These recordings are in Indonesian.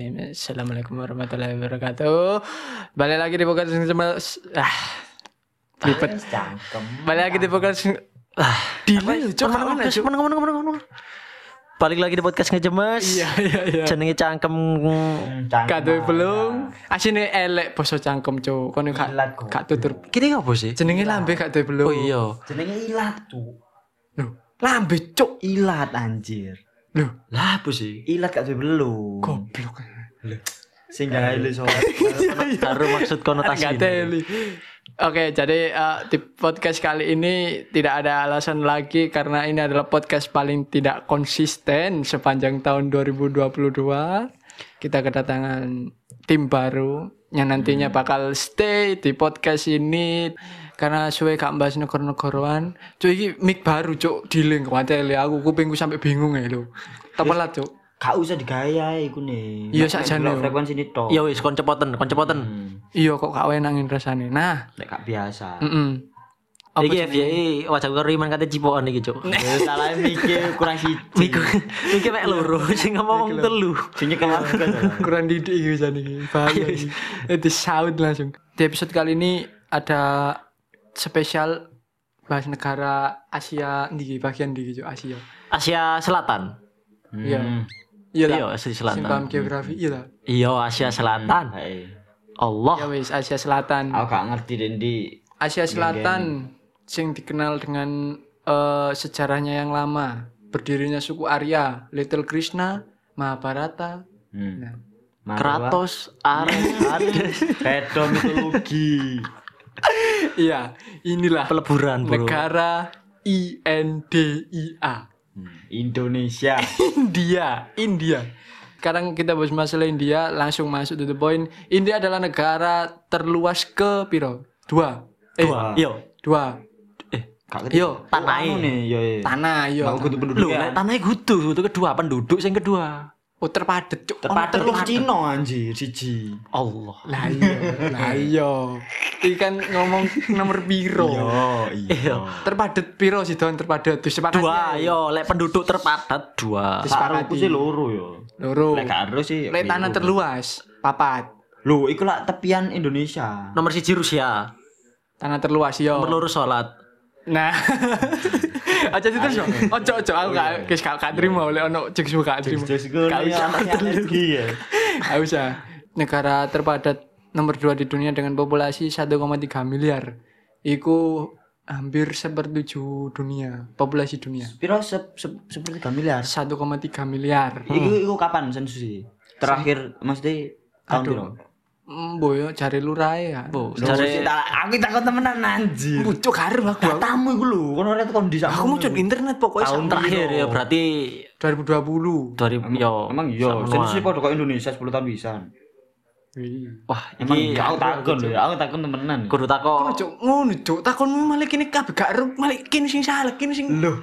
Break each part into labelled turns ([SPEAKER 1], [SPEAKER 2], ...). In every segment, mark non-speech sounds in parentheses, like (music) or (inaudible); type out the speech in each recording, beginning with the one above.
[SPEAKER 1] Assalamualaikum warahmatullahi wabarakatuh. Balik lagi di Pokal Sing Semal. Ah. Lipet.
[SPEAKER 2] Cangkem.
[SPEAKER 1] Balik lagi di Pokal Sing Ah. Dile,
[SPEAKER 2] Temen temen temen temen temen temen temen. Balik lagi di podcast ngejemes.
[SPEAKER 1] Iya, iya, iya.
[SPEAKER 2] Jenenge cangkem.
[SPEAKER 1] Hmm, Kado belum. Asine elek boso cangkem, Cuk. Kono gak
[SPEAKER 3] Ilat, Cuk.
[SPEAKER 1] gak tutur.
[SPEAKER 2] Kini apa sih?
[SPEAKER 1] Jenenge lambe gak duwe belum.
[SPEAKER 2] Oh iya.
[SPEAKER 3] jenenge ilat tuh
[SPEAKER 1] Loh, lambe, Cuk.
[SPEAKER 3] ilat anjir
[SPEAKER 1] Loh,
[SPEAKER 2] Lah apa sih?
[SPEAKER 3] ilat gak duwe belum
[SPEAKER 1] goblok. Iya,
[SPEAKER 3] sing gak lu
[SPEAKER 1] (laughs)
[SPEAKER 3] soalnya
[SPEAKER 2] Karo maksud konotasi.
[SPEAKER 1] Nggak teli. Oke, jadi eh, di podcast kali ini tidak ada alasan lagi karena ini adalah podcast paling tidak konsisten sepanjang tahun 2022. Kita kedatangan tim baru yang nantinya bakal stay di podcast ini karena suwe gak bahas negara-negaraan. Cuy, ini mic baru, cuk, dileng kuateli aku kupingku sampai bingung ya lho. Tepelat, cuk.
[SPEAKER 3] gak usah digaya iku nih
[SPEAKER 1] Iya,
[SPEAKER 3] Nek-
[SPEAKER 1] sakjane.
[SPEAKER 3] nek delok frekuensi ini tok
[SPEAKER 2] Ya wis kon cepoten, kon cepoten.
[SPEAKER 3] Iya, Hmm,
[SPEAKER 1] Iya kok gak wenangin rasane. Nah,
[SPEAKER 3] nek gak biasa
[SPEAKER 1] mm
[SPEAKER 2] Iki FYI wajah gue riman kate cipokan iki,
[SPEAKER 3] (laughs)
[SPEAKER 2] Cuk.
[SPEAKER 3] Ya, salah mikir kurang siji
[SPEAKER 2] Miku, iki mek loro sing ngomong wong telu.
[SPEAKER 3] Iya. sing nyekel aku kan
[SPEAKER 1] kurang didik gitu sana ini bahaya ini itu saut iya. langsung di episode kali ini ada spesial bahas negara Asia di bagian di Asia
[SPEAKER 2] Asia Selatan.
[SPEAKER 1] Iya. iya
[SPEAKER 3] Hmm.
[SPEAKER 2] Iya,
[SPEAKER 1] lah
[SPEAKER 2] Asia
[SPEAKER 1] sing paham
[SPEAKER 2] Selatan.
[SPEAKER 1] geografi iya lah
[SPEAKER 2] Iya, Asia Selatan.
[SPEAKER 3] Hai.
[SPEAKER 2] Allah.
[SPEAKER 1] ya
[SPEAKER 3] Iya,
[SPEAKER 1] wis Asia Selatan
[SPEAKER 3] Kan, aku gak ngerti Dendi
[SPEAKER 2] Iya,
[SPEAKER 1] Asia Selatan sing dikenal dengan eh, sejarahnya yang lama berdirinya suku Arya Little Krishna Mahabharata
[SPEAKER 3] hmm.
[SPEAKER 1] nah,
[SPEAKER 3] Marwa.
[SPEAKER 2] Kratos,
[SPEAKER 3] (laughs)
[SPEAKER 2] Ares, Hades,
[SPEAKER 3] Beda mitologi
[SPEAKER 1] iya inilah
[SPEAKER 2] peleburan, Bro.
[SPEAKER 1] negara INDIA
[SPEAKER 3] Hmm. Indonesia
[SPEAKER 1] India, India. Sekarang kita bahas masalah India, langsung masuk to the point. India adalah negara terluas ke piro? Dua. Eh, dua.
[SPEAKER 2] Dua. Yo,
[SPEAKER 3] Iya.
[SPEAKER 2] Eh,
[SPEAKER 3] Gak
[SPEAKER 1] Yo,
[SPEAKER 2] tanai.
[SPEAKER 3] Anu nih yo yo.
[SPEAKER 1] Tanah yo.
[SPEAKER 3] Mau kudu
[SPEAKER 2] iya, Lho,
[SPEAKER 3] penduduk
[SPEAKER 2] nek tanahnya kudu, itu kedua penduduk sing kedua.
[SPEAKER 1] Oh, terpadet, cuk.
[SPEAKER 3] Terpadat lu Cina anjir siji.
[SPEAKER 2] Allah.
[SPEAKER 1] Lah iya, lah iya. Iki kan ngomong nomor piro.
[SPEAKER 3] Oh, Eh,
[SPEAKER 2] Iya.
[SPEAKER 1] Terpadet piro sih, Don? Terpadet disepakati.
[SPEAKER 2] Dua,
[SPEAKER 1] ae.
[SPEAKER 3] Iya.
[SPEAKER 2] yo, lek penduduk terpadat dua.
[SPEAKER 1] Disepakati.
[SPEAKER 3] Separuhku sih loro yo.
[SPEAKER 1] Loro.
[SPEAKER 3] Lek gak ero sih.
[SPEAKER 1] Lek tanah terluas, papat.
[SPEAKER 3] Lho, iku lak tepian Indonesia.
[SPEAKER 2] Nomor siji Rusia,
[SPEAKER 1] Tanah terluas yo.
[SPEAKER 2] nomor loro salat.
[SPEAKER 1] Nah. (laughs) Aja itu yo. Ojo ojo aku gak guys gak gak terima oleh ono jek suka gak terima.
[SPEAKER 3] Just go
[SPEAKER 1] Gak
[SPEAKER 3] ya,
[SPEAKER 1] usah.
[SPEAKER 3] masih alergi ya.
[SPEAKER 1] Gak usah. Negara terpadat nomor 2 di dunia dengan populasi 1,3 miliar. Iku hampir sepertujuh dunia, populasi dunia.
[SPEAKER 3] Piro se- se- seperti gak miliar.
[SPEAKER 1] 1,3 miliar.
[SPEAKER 3] Iku iku kapan sensus sih? Terakhir mesti tahun piro?
[SPEAKER 1] Mm, boyo cari lurai ya.
[SPEAKER 2] Bu,
[SPEAKER 3] Lho, sih,
[SPEAKER 2] jare
[SPEAKER 3] tak- aku takut temenan anjir.
[SPEAKER 1] Mucuk harum aku. aku.
[SPEAKER 3] Tamu iku lho, kono ora tekan di
[SPEAKER 1] Aku muncul internet pokoknya
[SPEAKER 2] tahun terakhir ya berarti
[SPEAKER 1] 2020.
[SPEAKER 2] 2000 yo.
[SPEAKER 3] Emang yo,
[SPEAKER 2] sakmenuan.
[SPEAKER 3] sensus kok kok Indonesia 10 tahun pisan.
[SPEAKER 1] Wih.
[SPEAKER 2] Wah,
[SPEAKER 3] Emang iya.
[SPEAKER 2] iki
[SPEAKER 3] aku takon lho, aku takon temenan.
[SPEAKER 2] kudu
[SPEAKER 1] Kok
[SPEAKER 2] takok.
[SPEAKER 1] Oh, cuk ngono cuk takonmu malah kene kabeh gak ero malah kene sing salah kene sing
[SPEAKER 3] Loh.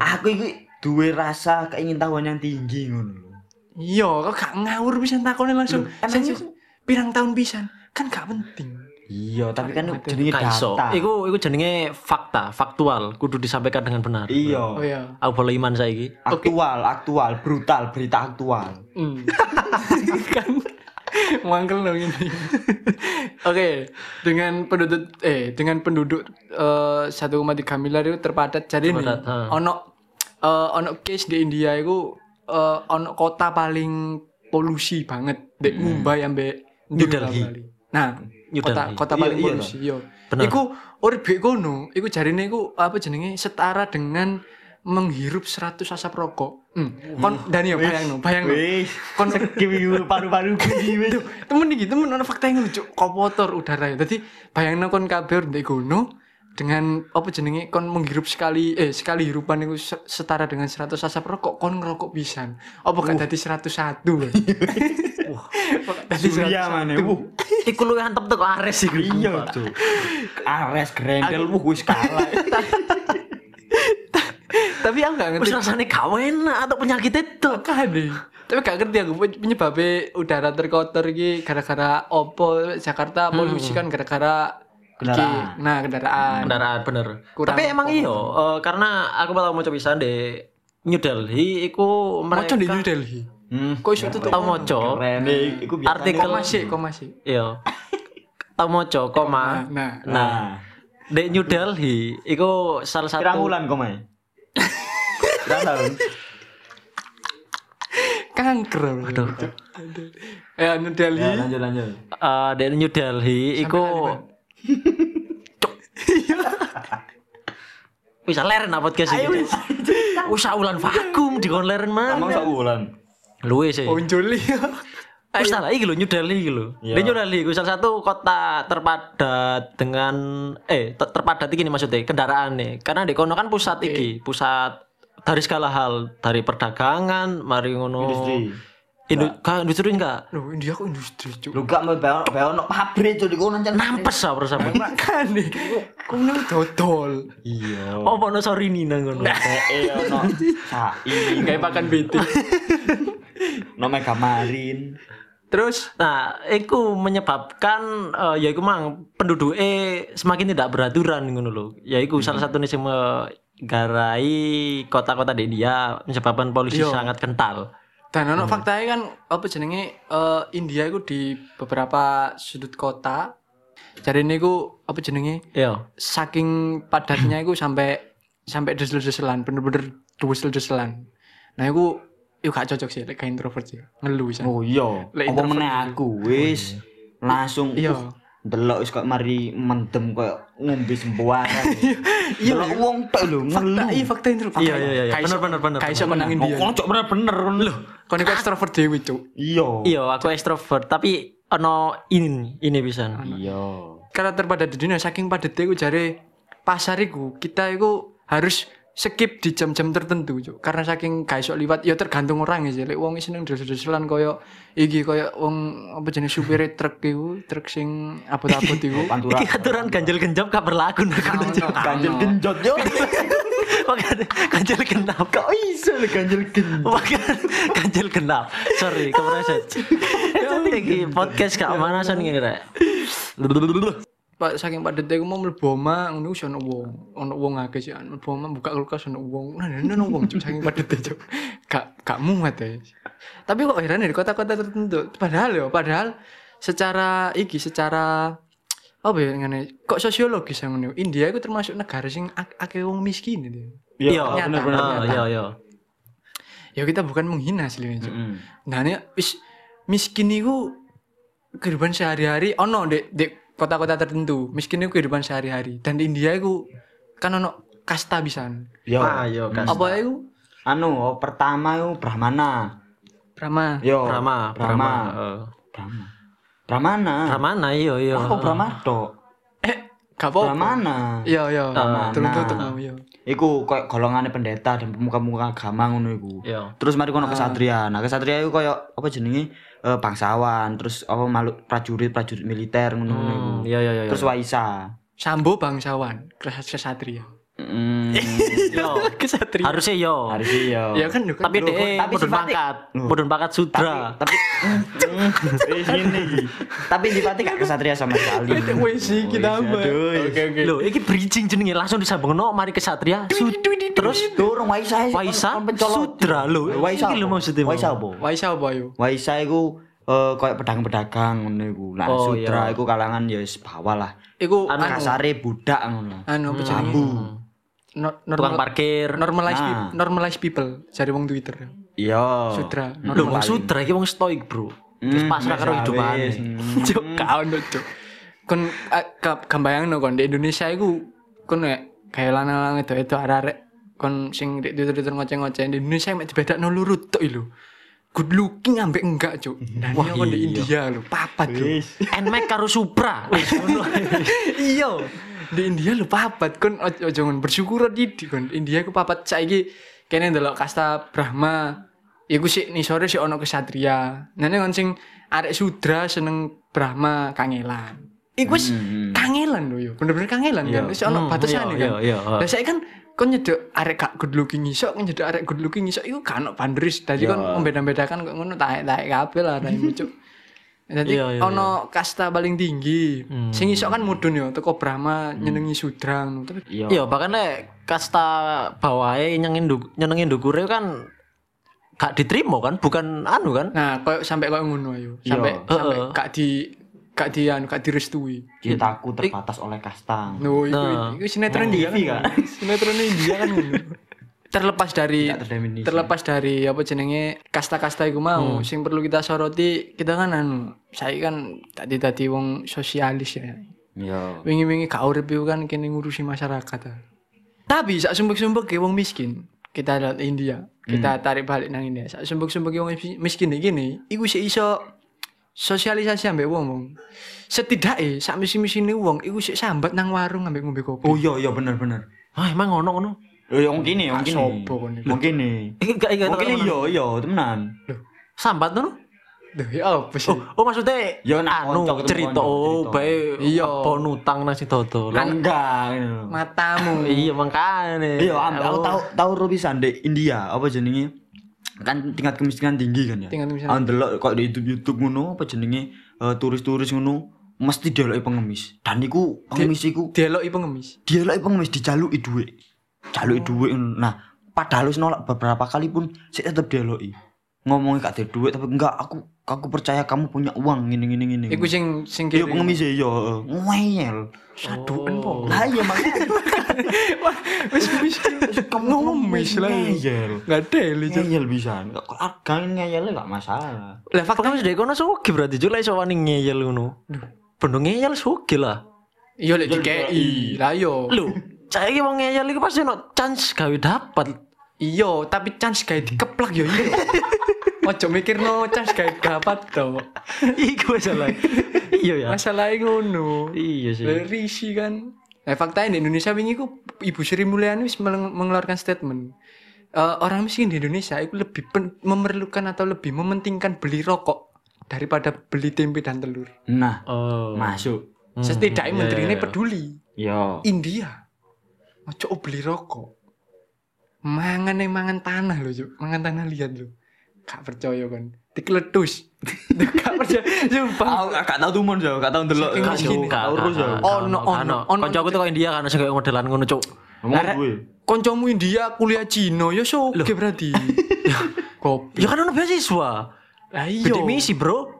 [SPEAKER 3] Aku iku duwe rasa keingintahuan yang tinggi ngono lho.
[SPEAKER 1] Iya, kok gak ngawur pisan takone langsung. Sensus pirang tahun pisan. Kan gak penting.
[SPEAKER 3] Iya, tapi kan jenenge
[SPEAKER 2] Gak iso.
[SPEAKER 3] data.
[SPEAKER 2] Iku iku jenenge fakta, faktual, kudu disampaikan dengan benar.
[SPEAKER 1] Oh
[SPEAKER 3] Iya.
[SPEAKER 1] iya.
[SPEAKER 2] Aku boleh iman saiki.
[SPEAKER 3] Aktual, aktual, brutal, berita aktual.
[SPEAKER 1] Hmm. (laughs) kan mangkel dong ini. Oke, dengan penduduk eh dengan penduduk eh, 1,3 miliar itu terpadat. Jadi nih,
[SPEAKER 2] Terpadat, ha.
[SPEAKER 1] ono eh, ono case di India itu eh, ono kota paling polusi banget di Mumbai ambe
[SPEAKER 2] Hmm. New Delhi.
[SPEAKER 1] Bali. Nah,
[SPEAKER 2] New
[SPEAKER 1] kota
[SPEAKER 2] Delhi.
[SPEAKER 1] kota
[SPEAKER 3] Iya,
[SPEAKER 1] paling
[SPEAKER 3] iya
[SPEAKER 1] polusi yo.
[SPEAKER 2] Bener.
[SPEAKER 1] Iku urip kono, iku jarine iku apa jenenge setara dengan menghirup 100 asap rokok. Hmm. Kon Daniel bayangno, bayangno.
[SPEAKER 3] Wis,
[SPEAKER 1] Kon
[SPEAKER 3] kiwi paru-paru kuwi.
[SPEAKER 1] Duh, temen iki, temen ana fakta yang lucu, kok kotor udara ya. Dadi bayangno kon kabeh ndek kono dengan apa jenenge kon menghirup sekali eh sekali hirupan itu se- setara dengan 100 asap rokok kon ngerokok pisan. Apa gak dadi 101? Wah. Dadi
[SPEAKER 3] Surya mana? Wuh,
[SPEAKER 2] Iku luwih antep teko Ares iku.
[SPEAKER 3] iya, Cuk. Ares grendel wuh wis kalah.
[SPEAKER 1] Tapi aku gak ngerti
[SPEAKER 2] Wis rasane gak enak atau penyakit itu.
[SPEAKER 1] Makane. Tapi gak ngerti aku pe- penyebabnya udara terkotor iki gara-gara opo Jakarta polusi kan gara-gara iki.
[SPEAKER 3] Kendaraan.
[SPEAKER 1] Nah, kendaraan.
[SPEAKER 2] Kendaraan bener.
[SPEAKER 1] Kurang
[SPEAKER 2] Tapi emang iya, iyo, eh, karena aku malah mau coba pisan di New Delhi iku mereka
[SPEAKER 1] Macam di New Delhi.
[SPEAKER 3] Hmm.
[SPEAKER 1] Kok iso tutup?
[SPEAKER 2] Aku moco.
[SPEAKER 3] Keren. Eh, Iku biasanya-
[SPEAKER 2] Artikel.
[SPEAKER 1] Koma sih, koma sih.
[SPEAKER 2] Iya. Aku moco koma.
[SPEAKER 1] Nah,
[SPEAKER 2] Nah, di New Delhi iku salah satu
[SPEAKER 3] Pirang wulan kok, Mai? Pirang tahun?
[SPEAKER 1] kanker. Aduh. Ya, New Delhi.
[SPEAKER 3] Ya, lanjut lanjut.
[SPEAKER 2] eh, di New Delhi iku (laughs) Cuk. (laughs) Wis leren apa podcast iki? (laughs) Wis ulan vakum dikon leren Oh, iya.
[SPEAKER 3] Emang
[SPEAKER 2] mana?
[SPEAKER 3] sak wulan.
[SPEAKER 2] Luwe sih.
[SPEAKER 1] Ponjoli.
[SPEAKER 2] Wis tak lah iki lho New Delhi iki lho.
[SPEAKER 3] Iya.
[SPEAKER 2] Di New Delhi iku salah satu kota terpadat dengan eh ter- terpadat iki nih maksudnya kendaraan nih. Karena di kono kan pusat iki, pusat dari segala hal, dari perdagangan, mari ngono.
[SPEAKER 3] Industri.
[SPEAKER 2] Indu- ka- industri enggak?
[SPEAKER 1] (laughs) Loh, India kok industri, Cuk.
[SPEAKER 3] Lu gak mau bawa bawa no pabrik tuh di kono jan.
[SPEAKER 2] Nampes ah bersama.
[SPEAKER 1] Makane Kan, kok nang dodol.
[SPEAKER 3] Iya.
[SPEAKER 2] Oh, ono sorini nang ngono.
[SPEAKER 3] Eh, ono sai,
[SPEAKER 2] Eh,
[SPEAKER 1] Kayak pakan BT.
[SPEAKER 3] no megamarin.
[SPEAKER 1] Terus
[SPEAKER 2] Nah, itu menyebabkan eh, ya iku mang penduduke semakin tidak beraturan ngono lho. Ya iku salah satu sing menggarai kota-kota di India menyebabkan polisi
[SPEAKER 1] Iya.
[SPEAKER 2] sangat kental.
[SPEAKER 1] dan ono faktanya kan apa jenenge eh, India itu di beberapa sudut kota jadi ini ku apa jenenge
[SPEAKER 2] Iya.
[SPEAKER 1] saking padatnya itu sampai sampai desel-deselan bener-bener desel-deselan nah itu itu gak cocok sih kayak introvert sih ngeluh sih
[SPEAKER 3] Oh iya.
[SPEAKER 1] Lek
[SPEAKER 3] Apa
[SPEAKER 1] introvert
[SPEAKER 3] meneh aku wis langsung
[SPEAKER 1] Iya.
[SPEAKER 3] uh, delok wis kok mari mendem koyo ngombe sembuaran. Iya. Delok wong tok lho
[SPEAKER 1] fakta iya
[SPEAKER 3] ngelu.
[SPEAKER 1] fakta introvert
[SPEAKER 2] Iya, iya, iya, iya. Bener, bener, bener.
[SPEAKER 1] kayak iso menang India
[SPEAKER 3] Kok cok bener-bener lho.
[SPEAKER 1] kau ini extrovert dewi cuk
[SPEAKER 3] Iya.
[SPEAKER 2] Iya, aku ekstrovert tapi ono ini ini bisa.
[SPEAKER 3] Iya.
[SPEAKER 1] karena terpadat di dunia saking padatnya iku jare pasar iku kita iku harus skip di jam-jam tertentu cuk karena saking gak iso liwat ya tergantung orang ya lek wong seneng dresel-dreselan koyo iki koyo wong apa jenis supir truk iku truk sing abot-abot iku
[SPEAKER 3] Pantura.
[SPEAKER 2] Iki aturan ganjil genjap gak berlaku nang kono.
[SPEAKER 1] Ono, ono.
[SPEAKER 3] Ganjil genjot yo. (laughs)
[SPEAKER 2] Makanya ganjil genap.
[SPEAKER 3] Kok iso lho ganjil genjot.
[SPEAKER 2] Makanya ganjil genap. Sorry, kepreset. Iki podcast gak manasan ngene rek.
[SPEAKER 1] Pak saking padatnya iku mau mlebu omah ngono iso ono wong ono wong akeh sih mlebu omah buka kulkas ono wong nah nah, nah, ono wong cuk saking padatnya cuk gak gak muat ya tapi kok heran ya di kota-kota tertentu padahal ya padahal secara iki secara apa ya ngene kok sosiologis yang ngene India itu termasuk negara sing ak- akeh wong miskin itu
[SPEAKER 2] Iya,
[SPEAKER 1] Ternyata.
[SPEAKER 2] bener-bener. Ah, Iya, iya.
[SPEAKER 1] ya kita bukan menghina sih Cuk.
[SPEAKER 3] Mm.
[SPEAKER 1] Nah, ini wis miskin iku kehidupan sehari-hari ono di di kota-kota tertentu. Miskin iku kehidupan sehari-hari. Dan di India iku kan ono kasta pisan.
[SPEAKER 3] Yo.
[SPEAKER 2] Ah, iya, kan.
[SPEAKER 1] Apa iku?
[SPEAKER 3] Anu, oh, pertama yo Brahmana.
[SPEAKER 1] Brahma.
[SPEAKER 3] Yo.
[SPEAKER 2] Brahma,
[SPEAKER 3] Oh,
[SPEAKER 2] Brahma. eh.
[SPEAKER 3] Brahma. Brahma. Brahmana.
[SPEAKER 2] Brahmana iya iya.
[SPEAKER 3] Aku Brahma tok.
[SPEAKER 1] Eh, gak apa-apa.
[SPEAKER 3] Brahmana.
[SPEAKER 1] Iya, iya.
[SPEAKER 2] Brahmana.
[SPEAKER 1] Tutup-tutup mau yo.
[SPEAKER 3] Iku koyo golongane pendeta dan pemuka-pemuka agama ngono iku.
[SPEAKER 2] Iya.
[SPEAKER 3] Terus mari kono kesatria. Nah, kesatria iku koyo apa jenenge? Eh, bangsawan, terus apa maluk prajurit-prajurit militer ngono ngono iku.
[SPEAKER 2] Iya iya iya.
[SPEAKER 3] Terus Waisa.
[SPEAKER 1] Sambo bangsawan, kesat- kesatria.
[SPEAKER 3] Mm,
[SPEAKER 2] yo.
[SPEAKER 1] Kesatria.
[SPEAKER 2] Harusnya yo.
[SPEAKER 3] harus iya.
[SPEAKER 1] Ya kan yo kan.
[SPEAKER 2] Oh. Tapi
[SPEAKER 3] Loh,
[SPEAKER 2] dhek
[SPEAKER 3] tapi
[SPEAKER 2] mudun
[SPEAKER 3] sifatnya-
[SPEAKER 2] pangkat,
[SPEAKER 3] Loh.
[SPEAKER 2] mudun pangkat
[SPEAKER 3] tapi
[SPEAKER 2] sudra.
[SPEAKER 3] tapi Mm, wis ngene iki. Tapi sifatnya gak kesatria sama sekali.
[SPEAKER 1] Itu wis iki tambah.
[SPEAKER 3] aduh.
[SPEAKER 1] Oke, oke.
[SPEAKER 2] Lho, iki bridging jenenge langsung disambungno mari kesatria. Sud- Terus
[SPEAKER 3] Durung Waisa sih, kon-
[SPEAKER 2] Waisa
[SPEAKER 3] kon pencolot.
[SPEAKER 2] sudra lho.
[SPEAKER 3] Waisa.
[SPEAKER 2] Iki lho
[SPEAKER 3] apa?
[SPEAKER 2] maksudnya.
[SPEAKER 3] Waisa
[SPEAKER 2] Mau.
[SPEAKER 3] apa?
[SPEAKER 1] Waisa apa yo?
[SPEAKER 3] Waisa iku eh koyo pedagang-pedagang ngono iku. Lah
[SPEAKER 2] Oh,
[SPEAKER 3] sutra
[SPEAKER 2] iya.
[SPEAKER 3] iku kalangan ya wis bawah lah.
[SPEAKER 1] Iku
[SPEAKER 2] Anu, Hmm.
[SPEAKER 1] anu
[SPEAKER 3] Kasare budak ngono.
[SPEAKER 1] anu apa jenenge?
[SPEAKER 3] Jambu.
[SPEAKER 1] No- normal-
[SPEAKER 2] Tukang parkir.
[SPEAKER 1] Normalize
[SPEAKER 3] Nah.
[SPEAKER 1] people, normalize people jari wong Twitter.
[SPEAKER 3] Iya.
[SPEAKER 1] Sutra.
[SPEAKER 2] Lho, wong sudra iki wong stoik, Bro. Terus
[SPEAKER 3] Hmm,
[SPEAKER 2] pasrah karo
[SPEAKER 3] wis,
[SPEAKER 2] hidupane.
[SPEAKER 3] wis. Hmm.
[SPEAKER 1] (laughs) Cuk, kau ono cuk. Kon gambayang no kon di Indonesia iku kon nek kayak lanang-lanang itu itu arek kon sing di Twitter Twitter ngoceh-ngoceh di Indonesia mek dibedakno lurut tok lho. Good looking ambek enggak cuk. Dan ini kon di India lho, papat lho.
[SPEAKER 3] Wis.
[SPEAKER 2] Nmax karo
[SPEAKER 3] (laughs)
[SPEAKER 2] Supra. Wis, ngono.
[SPEAKER 1] Iya. Di India lho papat kon ojo jangan bersyukur di kon India ku papat saiki kene ndelok kasta Brahma. Iku sih nih sore sih ono kesatria. Nane kon sing arek sudra seneng Brahma kangelan. Iku wis
[SPEAKER 3] Hmm.
[SPEAKER 1] kangelan lho yo bener-bener kangelan kan wis ono
[SPEAKER 2] Hmm,
[SPEAKER 1] batasane
[SPEAKER 2] iya,
[SPEAKER 1] kan
[SPEAKER 2] iya, iya.
[SPEAKER 1] lah saya kan kon nyedok arek gak good looking iso kon nyedok arek good looking iso iku gak ono banderis dadi kon
[SPEAKER 3] Iya.
[SPEAKER 1] membeda-bedakan kok ngono taek-taek kabeh lah
[SPEAKER 2] (laughs)
[SPEAKER 1] rai mucuk Nanti
[SPEAKER 2] Iya, Hmm. iya,
[SPEAKER 1] ono kasta paling tinggi. Sing iso kan mudun yo teko Brahma
[SPEAKER 2] Hmm.
[SPEAKER 1] nyenengi Sudra ngono. Tapi
[SPEAKER 3] Iya.
[SPEAKER 2] Iya, bahkan nek kasta bawahe nyenengin du- nyenengin dukure kan gak diterima kan, bukan anu kan?
[SPEAKER 1] Nah, koyo sampai koyo ngono ayo.
[SPEAKER 3] Iya.
[SPEAKER 1] Sampai sampai
[SPEAKER 2] Heeh.
[SPEAKER 1] gak di gak di anu, gak direstui.
[SPEAKER 2] Iya.
[SPEAKER 3] Cintaku terbatas oleh kastang.
[SPEAKER 1] No, itu,
[SPEAKER 2] Nah.
[SPEAKER 1] itu sinetron
[SPEAKER 3] Nang
[SPEAKER 1] India
[SPEAKER 3] TV
[SPEAKER 1] kan.
[SPEAKER 3] kan?
[SPEAKER 1] (laughs) sinetron India kan. ngono. terlepas dari
[SPEAKER 2] Iya.
[SPEAKER 3] Tidak terdefinisi.
[SPEAKER 1] terlepas dari apa jenenge kasta-kasta iku mau
[SPEAKER 2] Hmm.
[SPEAKER 1] sing perlu kita soroti kita kan anu saya kan tadi tadi wong sosialis ya
[SPEAKER 3] Yo.
[SPEAKER 1] wingi-wingi gak urip iku kan kene ngurusi masyarakat ah. tapi sak sumbek-sumbek ke wong miskin kita lihat India kita tarik balik nang India sak sumbek-sumbek ke wong mis- miskin iki gini iku sih iso sosialisasi ambek wong wong setidaknya sak misi-misine wong iku sih sambat nang warung ambek ngombe kopi
[SPEAKER 3] Oh iya iya bener bener.
[SPEAKER 2] Ah, emang ngono ngono.
[SPEAKER 3] Oh iya mungkin nih, mungkin nih.
[SPEAKER 1] sopo kon iki?
[SPEAKER 3] Mungkin
[SPEAKER 2] Iya,
[SPEAKER 3] nih.
[SPEAKER 2] Iki gak iki
[SPEAKER 3] Mungkin iya iya temenan.
[SPEAKER 2] sambat ngono.
[SPEAKER 1] Duh, ya apa sih?
[SPEAKER 2] Oh, oh maksudnya
[SPEAKER 3] Ya, nak
[SPEAKER 2] anu
[SPEAKER 3] konco ketemu
[SPEAKER 2] cerita
[SPEAKER 3] konco,
[SPEAKER 2] oh
[SPEAKER 3] cerita.
[SPEAKER 2] bae
[SPEAKER 1] Iya.
[SPEAKER 2] ponutang nasi dodol.
[SPEAKER 3] Lah enggak gitu loh.
[SPEAKER 1] Matamu.
[SPEAKER 2] Iya makanya. Oh.
[SPEAKER 3] Iya, ambil- aku tahu tahu Robisan di India apa jenenge? Kan tingkat kemiskinan tinggi kan ya.
[SPEAKER 1] Tingkat kemiskinan.
[SPEAKER 3] Aku ndelok kok di YouTube-YouTube ngono apa jenenge eh, turis-turis ngono mesti dieloki pengemis. Dan iku pengemis iku
[SPEAKER 1] Dialog pengemis.
[SPEAKER 3] dieloki pengemis dijaluki dhuwit. Jaluki dhuwit. ngono. Nah, padahal wis nolak beberapa kali pun sik tetep dieloki. Ngomongnya gak ada duit tapi enggak aku aku percaya kamu punya uang ngene ngene ngene.
[SPEAKER 1] Iku sing sing
[SPEAKER 3] Iya
[SPEAKER 1] kiri.
[SPEAKER 3] pengemis ya iya, heeh. ngeyel.
[SPEAKER 2] Saduan po.
[SPEAKER 3] Lah iya (laughs) makanya
[SPEAKER 1] Wis wis pengemis lah.
[SPEAKER 3] Ngeyel.
[SPEAKER 1] Enggak deli. Cuk.
[SPEAKER 3] iya.
[SPEAKER 1] Iya,
[SPEAKER 3] Ngeyel bisa. Kok harga ngeyelnya gak masalah.
[SPEAKER 2] Lah fakta wis dek kono sugi berarti jula iso wani ngeyel ngono. Bendo ngeyel sugi lah.
[SPEAKER 1] Iya lek dikei. Lah iya. yo.
[SPEAKER 2] Lho, saiki wong ngeyel iku pasti ono chance gawe
[SPEAKER 3] (laughs)
[SPEAKER 2] dapat.
[SPEAKER 1] Iya, tapi chance gawe dikeplak yo (laughs) iya. Ojo mikirno chance gawe dapat to.
[SPEAKER 2] Iku masalah. Iya ya.
[SPEAKER 1] Masalahe ngono.
[SPEAKER 2] Iya sih.
[SPEAKER 1] Lah, Risi kan. Nah, faktanya di Indonesia wingi ku Ibu Sri Mulyani wis meleng- mengeluarkan statement. Eh, orang miskin di Indonesia itu lebih pen- memerlukan atau lebih mementingkan beli rokok daripada beli tempe dan telur.
[SPEAKER 3] Nah,
[SPEAKER 2] Oh.
[SPEAKER 3] masuk.
[SPEAKER 2] Hmm,
[SPEAKER 1] Setidaknya
[SPEAKER 2] iya,
[SPEAKER 1] menteri
[SPEAKER 2] iya,
[SPEAKER 1] ini
[SPEAKER 2] iya.
[SPEAKER 1] peduli.
[SPEAKER 3] Yo.
[SPEAKER 1] India. Ojo beli rokok. Mangan yang mangan tanah loh, Cuk. Mangan tanah lihat loh. Gak percaya kan. Dikeletus. (laughs) Gak percaya. Sumpah.
[SPEAKER 3] Aku gak tau tumun yo, gak tau ndelok.
[SPEAKER 1] Saking
[SPEAKER 3] Gak
[SPEAKER 1] miskin ya.
[SPEAKER 3] tau, gak tau urus yo.
[SPEAKER 1] Oh, no, oh, no, oh, no.
[SPEAKER 2] Kanca aku tuh kok India kan sing kayak modelan ngono cuk.
[SPEAKER 3] Ngomong
[SPEAKER 1] Lara-
[SPEAKER 3] gue.
[SPEAKER 1] Koncomu India kuliah Cina ya so oke berarti.
[SPEAKER 3] (laughs)
[SPEAKER 1] Kopi.
[SPEAKER 2] Ya kan ono beasiswa.
[SPEAKER 1] Lah iya.
[SPEAKER 2] Bidik misi, Bro.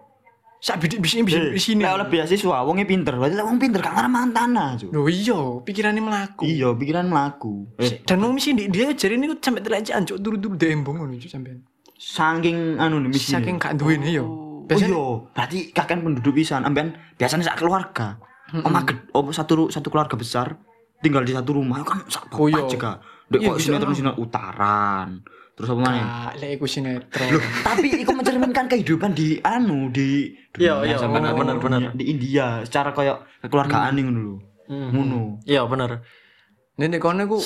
[SPEAKER 1] Sak bidik bisi bisi
[SPEAKER 3] Eh,
[SPEAKER 1] sini.
[SPEAKER 3] Lah oleh beasiswa, wongnya pinter. Berarti lah wong pinter gak ngarep mangan tanah, Cuk.
[SPEAKER 1] Loh iya, pikirane melaku.
[SPEAKER 3] Iya, pikiran melaku. Eh,
[SPEAKER 1] Dan wong misi di dia jare niku sampe telecan cuk turu-turu dembong ngono cuk sampean.
[SPEAKER 3] saking anu nih misi.
[SPEAKER 1] Saking gak duwene yo.
[SPEAKER 3] Oh
[SPEAKER 1] Biasanya
[SPEAKER 3] iya, berarti kakek penduduk pisan, amben biasanya sak keluarga. Oma ged- om satu ru- satu keluarga besar tinggal di satu rumah kan sak
[SPEAKER 1] Oh iya.
[SPEAKER 3] bapak juga. Dek
[SPEAKER 1] Iya,
[SPEAKER 3] kok
[SPEAKER 1] bisa
[SPEAKER 3] sinetron sinetron utaran. Terus apa mana?
[SPEAKER 1] Ah, lek iku sinetron.
[SPEAKER 3] Loh, tapi itu mencerminkan kehidupan di anu di
[SPEAKER 2] Iya,
[SPEAKER 3] dunia
[SPEAKER 2] iya,
[SPEAKER 3] sampai
[SPEAKER 2] benar,
[SPEAKER 3] nanti
[SPEAKER 2] benar,
[SPEAKER 3] di-
[SPEAKER 2] benar.
[SPEAKER 3] di India secara kayak kekeluargaan hmm. dulu. Ngono.
[SPEAKER 2] Iya bener.
[SPEAKER 1] Nek nek kono iku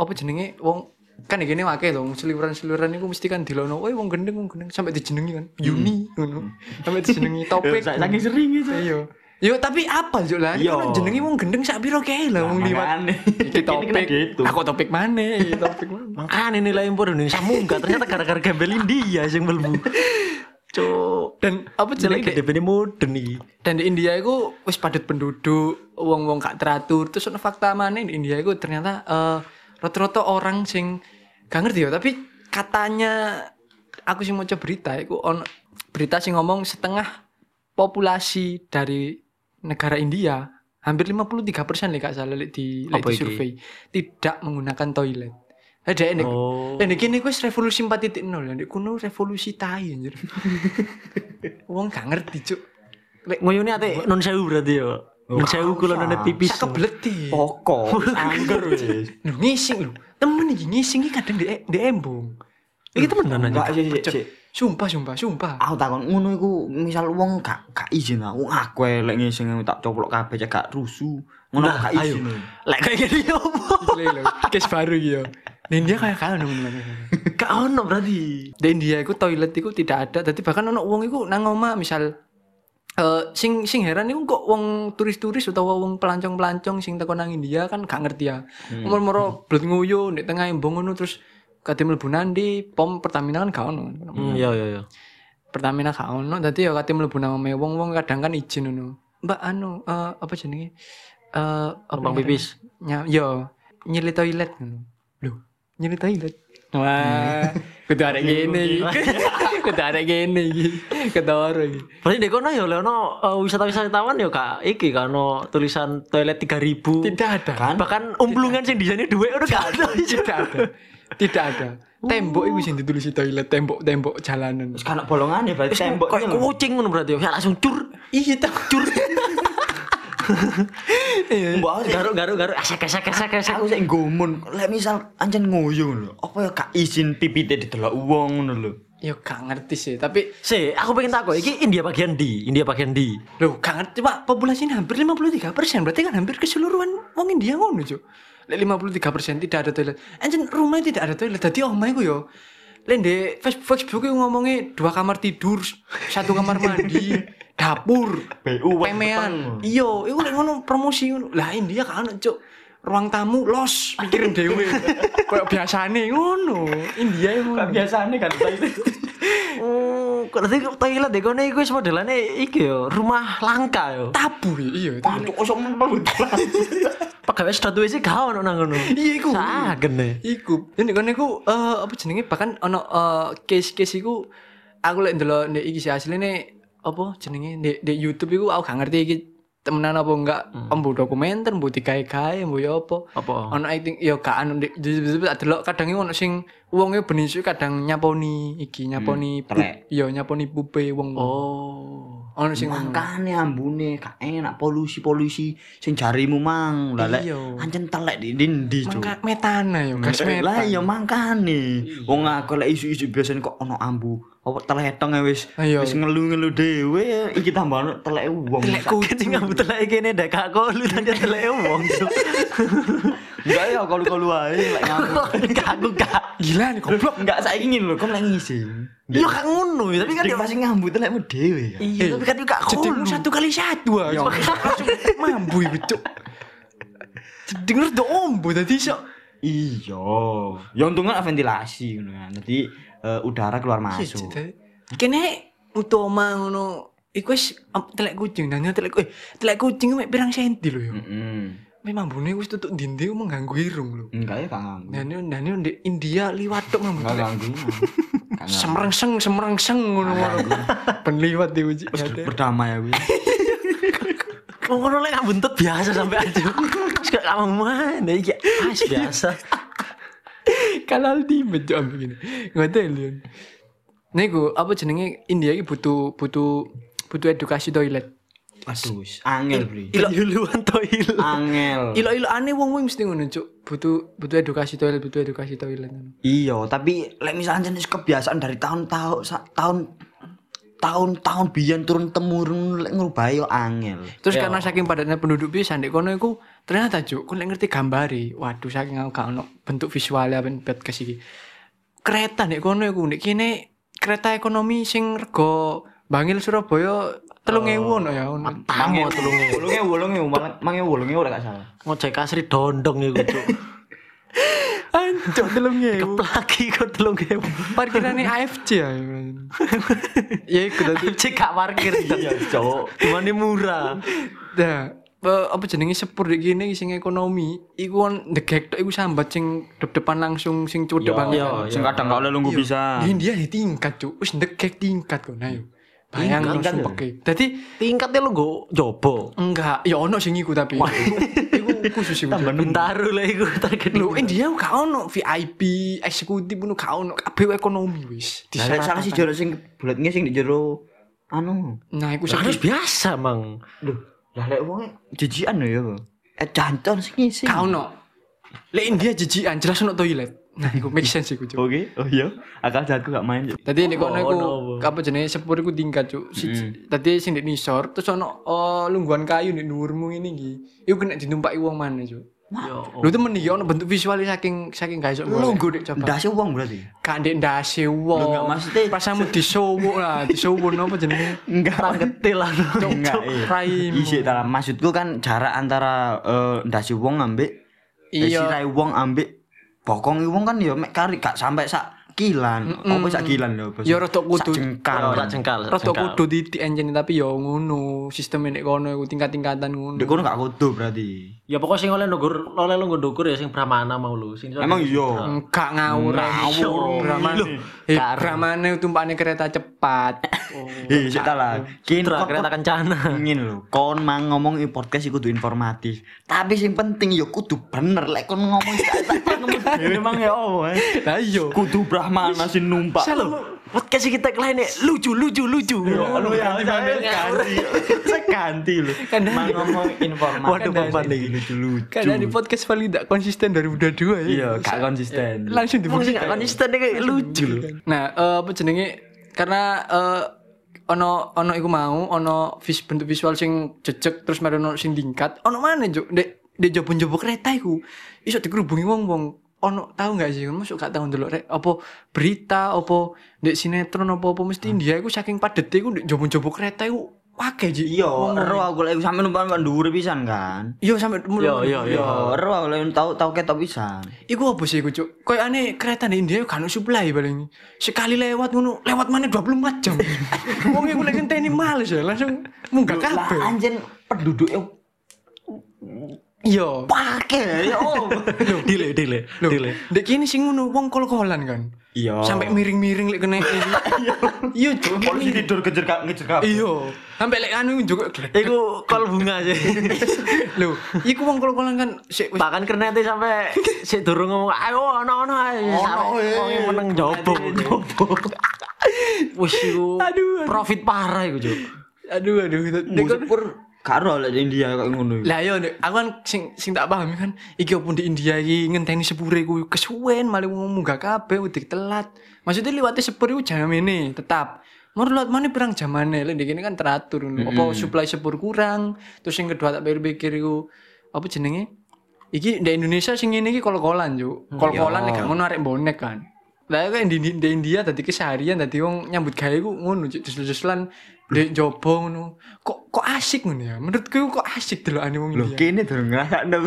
[SPEAKER 1] apa jenenge wong kan iki ne akeh to seliweran-seliweran iku mesti kan dilono, "Woi wong gendeng, wong gendeng" sampai dijenengi kan.
[SPEAKER 3] Hmm.
[SPEAKER 1] Yuni ngono. Sampai
[SPEAKER 3] (laughs)
[SPEAKER 1] dijenengi topik.
[SPEAKER 3] Sa- Saking sering itu.
[SPEAKER 1] Iya. Yo tapi apa juk lah?
[SPEAKER 3] Iya.
[SPEAKER 1] Kono jenenge wong gendeng sak piro kae lah wong liwat.
[SPEAKER 3] (laughs) Makane.
[SPEAKER 1] Iki
[SPEAKER 3] Kena
[SPEAKER 1] topik.
[SPEAKER 3] gitu.
[SPEAKER 1] Aku topik mana? Iki topik mana?
[SPEAKER 2] Makanya nilai impor Indonesia munggah ternyata gara-gara gembel India sing mlebu. Cuk.
[SPEAKER 1] Dan apa jenenge?
[SPEAKER 2] Jelek gede bene mudeng iki.
[SPEAKER 1] Dan di India itu wis padat penduduk, wong-wong gak teratur. Terus ono fakta mana di India itu ternyata eh, rata-rata orang sing gak ngerti ya, tapi katanya aku sih mau berita iku on berita sing ngomong setengah populasi dari negara India hampir 53 persen lek gak salah lek di lek
[SPEAKER 2] Apa
[SPEAKER 1] di
[SPEAKER 2] iki?
[SPEAKER 1] survei tidak menggunakan toilet. Eh, Ada ini,
[SPEAKER 2] Oh.
[SPEAKER 1] ini kini wis revolusi 4.0 ya, ini kuno revolusi tai anjir. (laughs) Wong gak ngerti cuk. Lek
[SPEAKER 2] Nguyune ate non sewu berarti ya. Non sewu kula
[SPEAKER 3] usah.
[SPEAKER 2] nene pipis.
[SPEAKER 1] Sak kebleti.
[SPEAKER 3] Pokok angger wis.
[SPEAKER 1] Lho ngising lho. Temen iki ngising iki kadang di di embung.
[SPEAKER 2] Iki temenan
[SPEAKER 3] Enggak
[SPEAKER 2] aja.
[SPEAKER 3] sih, sih, sih.
[SPEAKER 1] Sumpah sumpah sumpah.
[SPEAKER 3] Aku takon ngono iku misal wong gak gak izin aku aku elek ngising tak coplok kabeh cek gak rusuh. Ngono
[SPEAKER 2] Nah,
[SPEAKER 3] gak
[SPEAKER 2] ayo.
[SPEAKER 3] izin. (laughs)
[SPEAKER 2] Lek kayak gini opo?
[SPEAKER 1] Gile lho. Kes baru iki yo. Di India kayak kalah nang ngono.
[SPEAKER 2] Gak ono berarti.
[SPEAKER 1] Di India iku toilet iku tidak ada. Dadi bahkan ono wong iku nang omah misal eh, sing sing heran iku kok wong turis-turis utawa wong pelancong-pelancong sing teko nang India kan gak ngerti ya. Umur-umur blet nguyu di tengah embung ngono terus kadhe mlebu nandi pom Pertamina kan gak ono.
[SPEAKER 2] Hmm, iya iya iya.
[SPEAKER 1] Pertamina gak ono dadi ya kate mlebu nang omahe wong wong kadang kan izin ngono. Mbak anu eh, apa jenenge? Eh apa
[SPEAKER 2] Numpang
[SPEAKER 1] namanya?
[SPEAKER 2] pipis.
[SPEAKER 1] Nya yo nyili toilet ngono. Lho, nyili toilet. Wah, (laughs) kudu arek gini. (laughs) Kudu arek gini iki. Ketoro iki.
[SPEAKER 2] Berarti di kono ya oleh ono eh, wisata-wisatawan ya Kak, iki kan ono tulisan toilet 3000.
[SPEAKER 1] Tidak ada.
[SPEAKER 2] Bahkan umplungan sing desainnya duit udah gak ada.
[SPEAKER 1] Tidak ada. Tidak ada. Tembok itu sing ditulisi toilet, tembok-tembok jalanan.
[SPEAKER 3] Terus kan bolongan ya berarti tembok.
[SPEAKER 2] Kayak kucing ngono berarti ya langsung cur.
[SPEAKER 1] Iya, tak cur.
[SPEAKER 3] Mbak aku sih-
[SPEAKER 2] Garuk garuk garuk asek asek asek asek.
[SPEAKER 3] aku sih ngomon, lek misal anjen ngoyo lho. Apa ya gak izin pipite didelok wong ngono lho.
[SPEAKER 1] Yo gak ngerti sih, tapi
[SPEAKER 2] Si, aku pengen takut, iki India bagian di, India bagian di.
[SPEAKER 1] Loh, gak ngerti Pak, populasinya hampir 53%, berarti kan hampir keseluruhan wong India ngono, Cuk. Lek 53% tidak ada toilet. Anjen rumahnya tidak ada toilet. Dadi omah iku yo. Lek ndek Facebook Facebook iku ngomongi dua kamar tidur, satu kamar mandi, dapur,
[SPEAKER 3] BU wong
[SPEAKER 1] pemean. Iyo, iku lek ngono promosi ngono. Lah India kan ono, Cuk. Ruang tamu los pikirin dewe. Kayak biasane ngono. India iku ngono.
[SPEAKER 3] Biasane kan (laughs)
[SPEAKER 2] Oh, kok nanti toilet deh, kono iku wis modelane iki yo, rumah langka yo.
[SPEAKER 1] Tabu iya, iyo.
[SPEAKER 3] Pancuk kosok mulu.
[SPEAKER 2] Pegawai sudah sih kau nang ngono.
[SPEAKER 1] Iya iku.
[SPEAKER 2] Sagene.
[SPEAKER 1] Iku, ini kan aku eh apa jenenge bahkan ono eh, case-case iku aku lek ndelok nek iki sih asline apa jenenge di, di YouTube iku aku gak ngerti iki temenan apa enggak
[SPEAKER 3] Hmm.
[SPEAKER 1] embu dokumenter embu digawe-gawe embu ya apa
[SPEAKER 3] Oh.
[SPEAKER 2] Apa?
[SPEAKER 1] ono acting ya gak anu di YouTube tak delok kadang iku ono sing wonge benisik kadang nyaponi iki nyaponi pup
[SPEAKER 3] Hmm, trek.
[SPEAKER 1] ya nyaponi pupe wong
[SPEAKER 2] Oh.
[SPEAKER 1] ono sing ngono.
[SPEAKER 3] Makane ambune gak enak polusi-polusi sing jarimu mang. Lah lek
[SPEAKER 1] Iya.
[SPEAKER 3] anjen telek di dindi cuk.
[SPEAKER 1] Mangka metana ya gas metan.
[SPEAKER 3] Lah ya mangkane.
[SPEAKER 1] Iya.
[SPEAKER 3] Wong aku lek isu-isu biasane kok ono ambu. Apa teletong ya wis
[SPEAKER 1] Iya.
[SPEAKER 3] wis ngelu-ngelu dhewe iki tambah ono telek wong.
[SPEAKER 1] Telek
[SPEAKER 2] Sakit sing ngambu telek kene ndak kak kolu tadi telek wong.
[SPEAKER 3] Enggak ya kalau-kalau ae
[SPEAKER 1] (laughs)
[SPEAKER 3] lek
[SPEAKER 1] Oh,
[SPEAKER 3] ngambu.
[SPEAKER 2] Kaku kak.
[SPEAKER 1] Gila nih goblok.
[SPEAKER 3] Enggak saiki ngene lho, kok lek ngisi.
[SPEAKER 2] (laughs) Yo kak ngono, tapi kan
[SPEAKER 3] Kan dia
[SPEAKER 2] yo- Eh,
[SPEAKER 3] pasti ngambu telekmu dhewe ya. Iya,
[SPEAKER 2] Iya, tapi kan yo kak
[SPEAKER 1] Jedengmu
[SPEAKER 2] kolu.
[SPEAKER 1] satu kali satu aja. (laughs) Mambu iku, Cuk. Denger do ombo tadi iso.
[SPEAKER 3] Iya. Ya untungnya ventilasi ngono kan. Jadi eh, udara keluar masuk.
[SPEAKER 1] Kene utama ngono iku wis am- telek kucing dan telek eh telek kucing mek pirang senti lho ya.
[SPEAKER 3] Hmm. Heeh.
[SPEAKER 1] Mek mambune wis tutuk dindi mengganggu irung lho.
[SPEAKER 3] Enggak ya Kak Nganggu.
[SPEAKER 1] Dani dani di India liwat tok mambu.
[SPEAKER 3] Enggak ganggu.
[SPEAKER 1] (laughs) Semrengseng semrengseng ngono ngono. (laughs) Ben liwat diuji.
[SPEAKER 3] Berdamai ya wis.
[SPEAKER 2] Wong ngono lek ngambu buntut biasa sampai aja. (laughs) Wis gak kamu mana iki. Ah, biasa.
[SPEAKER 1] Kalal di bejo begini. Ngoten lho. Niku apa jenenge India iki butuh butuh butuh edukasi toilet.
[SPEAKER 3] Aduh, wis. angel bro.
[SPEAKER 2] Ilok-iluan toilet.
[SPEAKER 3] Angel.
[SPEAKER 1] Ilo-ilo aneh wong wong mesti ngono cuk. Butuh butuh edukasi toilet, butuh edukasi toilet.
[SPEAKER 3] Iya, tapi lek misalnya jenis kebiasaan dari tahun-tahun sa- tahun tahun-tahun biyen turun temurun lek ngubah yo angel.
[SPEAKER 1] Terus karena saking padatnya penduduk pisan ndek kono iku ternyata cuk, kon lek ngerti gambari. Waduh saking aku gak ono bentuk visualnya ben podcast iki. Kereta ndek kono iku ndek kene kereta ekonomi sing rego Bangil Surabaya 3000 ono ya ono.
[SPEAKER 2] Tango tulunge.
[SPEAKER 3] Wulunge wulunge malah mange wulunge ora gak salah.
[SPEAKER 2] Ngojek kasri dondong iku, Cuk.
[SPEAKER 1] Anjir (laughs) 3000.
[SPEAKER 2] Keplaki kok tulunge.
[SPEAKER 1] Parkirannya AFC ya. ya iku tadi.
[SPEAKER 2] (laughs) Cek gak parkir. Iya, Cuk. Dimane murah.
[SPEAKER 1] Nah, eh, apa jenenge sepur iki gini sing ekonomi iku on degek tok iku sambat sing dep-depan langsung sing cuwek banget.
[SPEAKER 2] yo.
[SPEAKER 3] Sing kadang gak oleh lungguh bisa.
[SPEAKER 1] Di India di tingkat cuk, wis degek tingkat kok nah yo. Bayang no
[SPEAKER 3] Tingkat,
[SPEAKER 1] sumpeke. Dadi
[SPEAKER 2] Tingkatnya lu go jobo.
[SPEAKER 1] enggak, ya ono sing iku tapi. (laughs) iku khusus sing
[SPEAKER 2] Tambah bentaru lah iku target.
[SPEAKER 1] Lho, India gak ono VIP, eksekutif ngono gak ono, kabeh ekonomi wis.
[SPEAKER 3] Lah lek salah sih jero sing bulatnya sing di jero anu.
[SPEAKER 1] Nah, iku sing
[SPEAKER 2] Lah, Harus biasa, Mang.
[SPEAKER 3] Duh, lah lek wong jijikan lho ya. Bro. Eh jancon sing ngisi.
[SPEAKER 1] gak ono. Lek India jijikan jelas ono toilet. Nah, iku make sense iku cuk.
[SPEAKER 3] Oke, oh iya. Akal jahatku gak main. Cuk.
[SPEAKER 1] Tadi nek
[SPEAKER 2] Apa,
[SPEAKER 1] kono iku
[SPEAKER 2] ono apa?
[SPEAKER 1] apa jenenge sepur iku tingkat cuk. Siji- Tadi sing ndek nisor terus ono eh, lungguhan kayu ndek dhuwurmu ngene iki. Iku kena ditumpaki wong mana cuk.
[SPEAKER 2] Yo.
[SPEAKER 1] Lho itu mending ono bentuk visual saking saking gak iso
[SPEAKER 3] Lu
[SPEAKER 1] ngoleh.
[SPEAKER 3] gue
[SPEAKER 1] coba.
[SPEAKER 3] ndase wong berarti.
[SPEAKER 1] Gak ndek ndase wong.
[SPEAKER 3] Lho, gak maksudnya-
[SPEAKER 1] pasamu disowo lah, disowo apa jenenge?
[SPEAKER 3] Enggak.
[SPEAKER 2] Getil lah. lu.
[SPEAKER 3] Enggak,
[SPEAKER 1] raimu.
[SPEAKER 3] Isi dalam maksudku kan jarak antara eh, ndase wong ambek eh,
[SPEAKER 1] Iya.
[SPEAKER 3] sirai wong ambek bokong wong kan ya mek kari gak sampai sak kilan.
[SPEAKER 1] Mm-mm.
[SPEAKER 3] Apa sak kilan lho, Bos?
[SPEAKER 1] Ya rada kudu.
[SPEAKER 3] Sak jengkal.
[SPEAKER 2] Sak oh, jengkal. sak
[SPEAKER 1] Rada
[SPEAKER 2] jengkal.
[SPEAKER 1] kudu titik enjen tapi ya ngono, sistem nek kono iku tingkat-tingkatan ngono.
[SPEAKER 3] Ndek kono gak kudu berarti.
[SPEAKER 2] Ya pokoknya sing oleh ndukur, oleh lu ndukur ya sing Brahmana mau lu. Sing
[SPEAKER 3] Emang iya.
[SPEAKER 1] Enggak ngawur.
[SPEAKER 3] Ngawur.
[SPEAKER 1] Bramane.
[SPEAKER 3] Loh.
[SPEAKER 1] Eh, Bramane tumpane kereta cepat.
[SPEAKER 3] Eh, sik ta lah. Kin
[SPEAKER 2] Sutra
[SPEAKER 3] kon-
[SPEAKER 2] kereta kencana.
[SPEAKER 3] Ngin lho, kon mang ngomong i podcast iku kudu informatif. Tapi sing penting ya kudu bener lek kon ngomong sak sak
[SPEAKER 2] (laughs)
[SPEAKER 3] ngomong dhewe mang ya opo ae.
[SPEAKER 1] (laughs) Lah iya.
[SPEAKER 3] Kudu Brahmana sing numpak.
[SPEAKER 2] Podcast kita kelain ya lucu lucu lucu.
[SPEAKER 3] Lu yang ganti. Saya ganti (laughs) lho.
[SPEAKER 1] Kan
[SPEAKER 3] Mang ngomong informatif.
[SPEAKER 1] Waduh, beban
[SPEAKER 3] lagi Kan lucu-lucu.
[SPEAKER 1] Karena di podcast paling tidak konsisten 2022 ya.
[SPEAKER 3] Iya, gak konsisten.
[SPEAKER 1] Langsung
[SPEAKER 2] Emang sih
[SPEAKER 1] dimaksud.
[SPEAKER 2] gak konsisten nih lucu lho.
[SPEAKER 1] Nah, eh apa jenenge? Karena eh ono ono iku mau ono vis, bentuk visual sing jejeg terus mari ono sing tingkat. Ono mana Juk? Ndek ndek jobo-jobo kereta iku iso dikerubungi wong-wong. Ono tahu nggak sih? Masuk gak tahu ndelok rek apa berita apa ndek sinetron apa-apa mesti
[SPEAKER 2] Hmm.
[SPEAKER 1] India iku saking padete iku ndek jobo-jobo kereta iku akeh Ji.
[SPEAKER 3] Iya,
[SPEAKER 1] Wong-wong.
[SPEAKER 3] ero aku lek sampe numpak numpak dhuwur pisan kan.
[SPEAKER 1] Iya sampe
[SPEAKER 2] Yo yo yo.
[SPEAKER 3] Yo, ero aku lek tau tau ketok pisan.
[SPEAKER 1] Iku apa sih iku cuk? Kayak aneh kereta di India kan supply paling sekali lewat ngono lewat mana 24 jam. Wong iku lagi ngenteni males ya langsung munggah
[SPEAKER 3] Lah
[SPEAKER 1] kabeh.
[SPEAKER 3] anjen penduduknya
[SPEAKER 1] Iya.
[SPEAKER 3] pakai ya om. (laughs)
[SPEAKER 2] Dile dile
[SPEAKER 1] Loh,
[SPEAKER 2] dile.
[SPEAKER 1] Ndek kene sing ngono wong kol-kolan kan.
[SPEAKER 3] Iya.
[SPEAKER 1] Sampai miring-miring lek kena ini. Iya cuk.
[SPEAKER 3] polisi tidur kejer ngejer kabeh.
[SPEAKER 1] Iya. Sampai lek anu juga glek.
[SPEAKER 2] Iku kol bunga sih.
[SPEAKER 1] Lho, iku wong kol-kolan kan sik wis
[SPEAKER 2] Bahkan keren nanti
[SPEAKER 1] (laughs)
[SPEAKER 2] sampai si durung ngomong ayo ono ono ayo
[SPEAKER 1] iya,
[SPEAKER 2] sampai wong yang meneng jobo jobo.
[SPEAKER 1] (laughs)
[SPEAKER 2] Wis iku
[SPEAKER 1] Aduh, aduh.
[SPEAKER 2] profit parah iku Cuk.
[SPEAKER 1] aduh aduh. Ndek
[SPEAKER 3] Musik pur karo lek di India kok ngono. iku.
[SPEAKER 1] Lah yo Ndek, aku kan sing sing tak pahami kan iki opo di India iki ngenteni sepure ku kesuwen malah wong munggah kabeh udik telat. Maksudnya liwati sepur iku jam ini tetap. Mau lewat mana perang jamane lek ndek kene kan teratur ngono. Apa supply sepur kurang, terus yang kedua tak pikir-pikir iku apa jenenge? Iki di Indonesia sing ngene iki kol-kolan juk.
[SPEAKER 2] Hmm,
[SPEAKER 1] Kol-kolan nek gak ngono arek bonek kan. Lah kan di, di, di India tadi keseharian tadi wong nyambut gawe ku ngono juk desel-deselan ndek jobo ngono. Kok kok asik ngono ya? Menurutku kok asik delokane wong
[SPEAKER 3] Loh,
[SPEAKER 1] India.
[SPEAKER 3] kene durung (laughs) ngrasakno.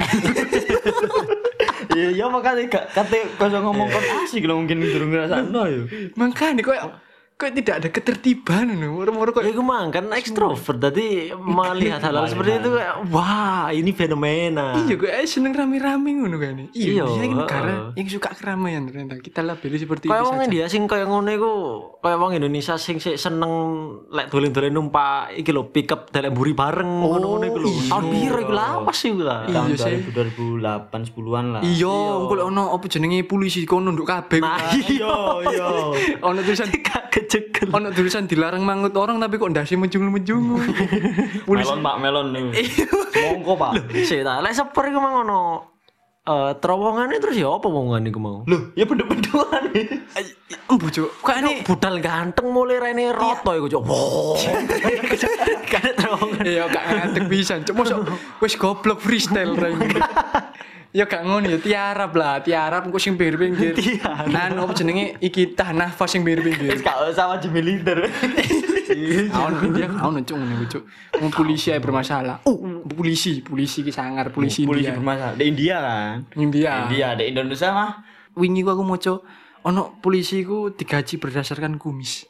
[SPEAKER 3] Ya ya makane gak kate koso ngomong kon asik lho mungkin durung ngrasakno ya.
[SPEAKER 1] Makanya kok kok tidak ada ketertiban ngono. Moro-moro kok Iya,
[SPEAKER 2] Ya iku mang kan ekstrovert jadi melihat hal-hal seperti itu kayak wah ini fenomena.
[SPEAKER 1] Iya, gue aja seneng rame-rame ngono kan. Iya,
[SPEAKER 2] Iya,
[SPEAKER 1] Indonesia ini negara
[SPEAKER 2] heeh.
[SPEAKER 1] yang suka keramaian ternyata. Kita labeli seperti
[SPEAKER 2] Kayak
[SPEAKER 1] itu
[SPEAKER 2] wong
[SPEAKER 1] saja.
[SPEAKER 2] India sing kaya ngono iku, kaya wong Indonesia sing sik seneng lek dolen-dolen numpak iki lho pick up dalek mburi bareng ngono-ngono iku lho.
[SPEAKER 1] iya.
[SPEAKER 2] Tahun piro iku lah apa sih iku lah.
[SPEAKER 1] Iya
[SPEAKER 3] Tahun
[SPEAKER 1] sih.
[SPEAKER 3] 2008 10-an lah.
[SPEAKER 1] Iya, engko lek ono apa jenenge polisi kono nduk kabeh.
[SPEAKER 2] Nah, (laughs) iya iya.
[SPEAKER 1] Ono tulisan
[SPEAKER 2] Gak kecekel.
[SPEAKER 1] ono tulisan dilarang mangut orang tapi kok ndase menjungul-menjungul.
[SPEAKER 3] (laughs)
[SPEAKER 1] polisi
[SPEAKER 3] Pak, (laughs) melon nih.
[SPEAKER 1] Iya.
[SPEAKER 3] Monggo, Pak.
[SPEAKER 2] Sik ta, lek sepur iku mang ono eh terowongane terus ya apa wongan iku mau?
[SPEAKER 3] Loh, ya pendek-pendekan.
[SPEAKER 1] embu cuk. Kok ini
[SPEAKER 2] Budal ganteng mulai rene roto iku cok. Wow. Kan terowongan.
[SPEAKER 1] ya gak ngantek pisan. Cuk mosok wis goblok freestyle reng. Ya gak ngono ya tiarap lah, tiarap engko sing pinggir-pinggir.
[SPEAKER 2] Tiarap.
[SPEAKER 1] Nah, apa jenenge iki tahan nafas sing pinggir-pinggir.
[SPEAKER 3] Wis gak usah wajib
[SPEAKER 1] (laughs)
[SPEAKER 3] militer.
[SPEAKER 1] Aon India aon cuk ngene cuk. Wong polisi ae bermasalah. Uh, polisi, polisi ki sangar, polisi India.
[SPEAKER 3] Polisi
[SPEAKER 1] Iya.
[SPEAKER 3] bermasalah di India kan.
[SPEAKER 1] India.
[SPEAKER 3] India, di Indonesia mah.
[SPEAKER 1] Wingi ku aku maca ono polisi ku digaji berdasarkan kumis.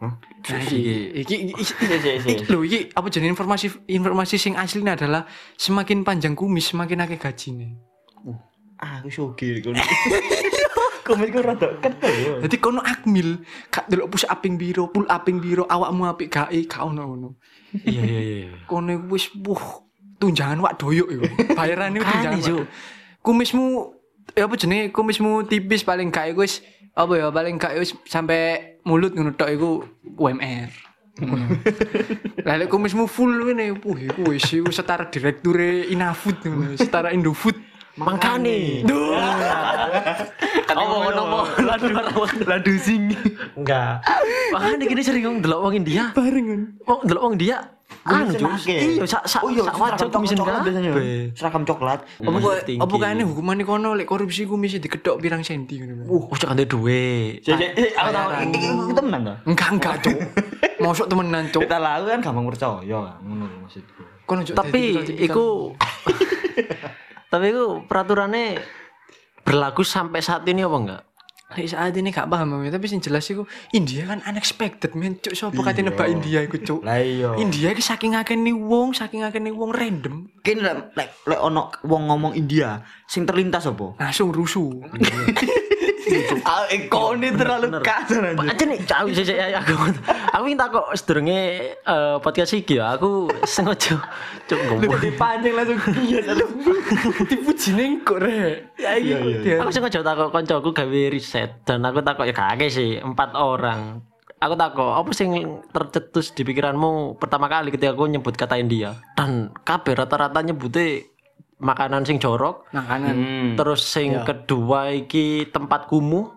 [SPEAKER 3] Hah?
[SPEAKER 1] Nah, iki iki iki-
[SPEAKER 3] Sih, sih, sih.
[SPEAKER 1] iki- lho iki apa jenenge informasi informasi sing aslinya adalah semakin panjang kumis semakin akeh gajine.
[SPEAKER 3] Ah, aku sugih kono. Komik ku rada ketel ya.
[SPEAKER 1] Dadi kono akmil, gak delok push uping biro, pull uping biro, awakmu apik gae gak ono ono.
[SPEAKER 2] Iya iya iya.
[SPEAKER 1] kono iku wis wuh tunjangan wak doyok iku. Bayaran iku
[SPEAKER 2] Makane,
[SPEAKER 1] tunjangan. wak
[SPEAKER 2] Cuk.
[SPEAKER 1] doyok. Kumismu ya apa jenenge kumismu tipis paling gak iku wis apa ya paling gak wis sampai mulut ngono tok iku UMR. Ngono. Lah lek kumismu full ngene wuh iku wis iku setara direkture Inafood ngono, setara Indofood.
[SPEAKER 2] Mangkane.
[SPEAKER 1] Duh.
[SPEAKER 2] Apa ono ladu ladu sing. Enggak. Makane gini sering ngomong delok wong India.
[SPEAKER 1] Barengan.
[SPEAKER 2] Wong delok wong India. Anu
[SPEAKER 3] Kumisin
[SPEAKER 2] Cuk.
[SPEAKER 3] akeh.
[SPEAKER 2] Iya, sak sak
[SPEAKER 3] Oh iya,
[SPEAKER 2] sak
[SPEAKER 3] seragam
[SPEAKER 2] wajah kumisin
[SPEAKER 3] coklat biasanya.
[SPEAKER 2] kabeh.
[SPEAKER 3] Seragam coklat. Hmm.
[SPEAKER 1] Apa kok- apa kene hukumane kono lek korupsi kumis diketok pirang senti ngono.
[SPEAKER 3] Oh.
[SPEAKER 2] Uh, cak ndek dhuwit.
[SPEAKER 3] Sih, sih,
[SPEAKER 1] Nah,
[SPEAKER 3] sih, aku tahu.
[SPEAKER 1] Bayaran.
[SPEAKER 3] Iki- iki- iki temenan ta?
[SPEAKER 1] Enggak enggak,
[SPEAKER 3] (laughs)
[SPEAKER 1] Cuk. Mosok temenan, Cuk.
[SPEAKER 3] Kita lalu kan gampang percaya kan ngono lho maksudku.
[SPEAKER 1] Kono Cuk,
[SPEAKER 2] Tapi
[SPEAKER 1] jadi tipikal-
[SPEAKER 2] iku (laughs) Tapi iku peraturannya berlaku sampai saat ini apa enggak?
[SPEAKER 1] Lek saat ini gak paham Mami. tapi sing jelas iku India kan unexpected men cuk sapa kate nebak
[SPEAKER 3] Iya.
[SPEAKER 1] India iku cuk.
[SPEAKER 3] Lah iya.
[SPEAKER 1] India iki saking akeh wong, saking akeh wong random
[SPEAKER 3] Kene lek lek lek ono wong ngomong India sing terlintas apa?
[SPEAKER 1] langsung rusuh. (laughs)
[SPEAKER 3] Ah, kau ini terlalu
[SPEAKER 2] Bener.
[SPEAKER 3] kasar anjir.
[SPEAKER 2] Aja nih, aku sih ya, aku. Aku minta kok sedurunge eh, podcast iki ya, aku sengaja cuk ngomong.
[SPEAKER 1] dipancing langsung iya lalu dipuji ning kok rek. Ya iki
[SPEAKER 3] Iya,
[SPEAKER 1] kok
[SPEAKER 3] iya.
[SPEAKER 1] dia-
[SPEAKER 2] Aku sengaja takok kancaku gawe riset dan aku takok ya kakek sih, empat orang. Aku takok apa sing tercetus di pikiranmu pertama kali ketika aku nyebut kata India dan kabeh rata-rata nyebute makanan sing jorok,
[SPEAKER 1] makanan.
[SPEAKER 2] terus sing
[SPEAKER 1] Iya.
[SPEAKER 2] kedua iki tempat kumuh,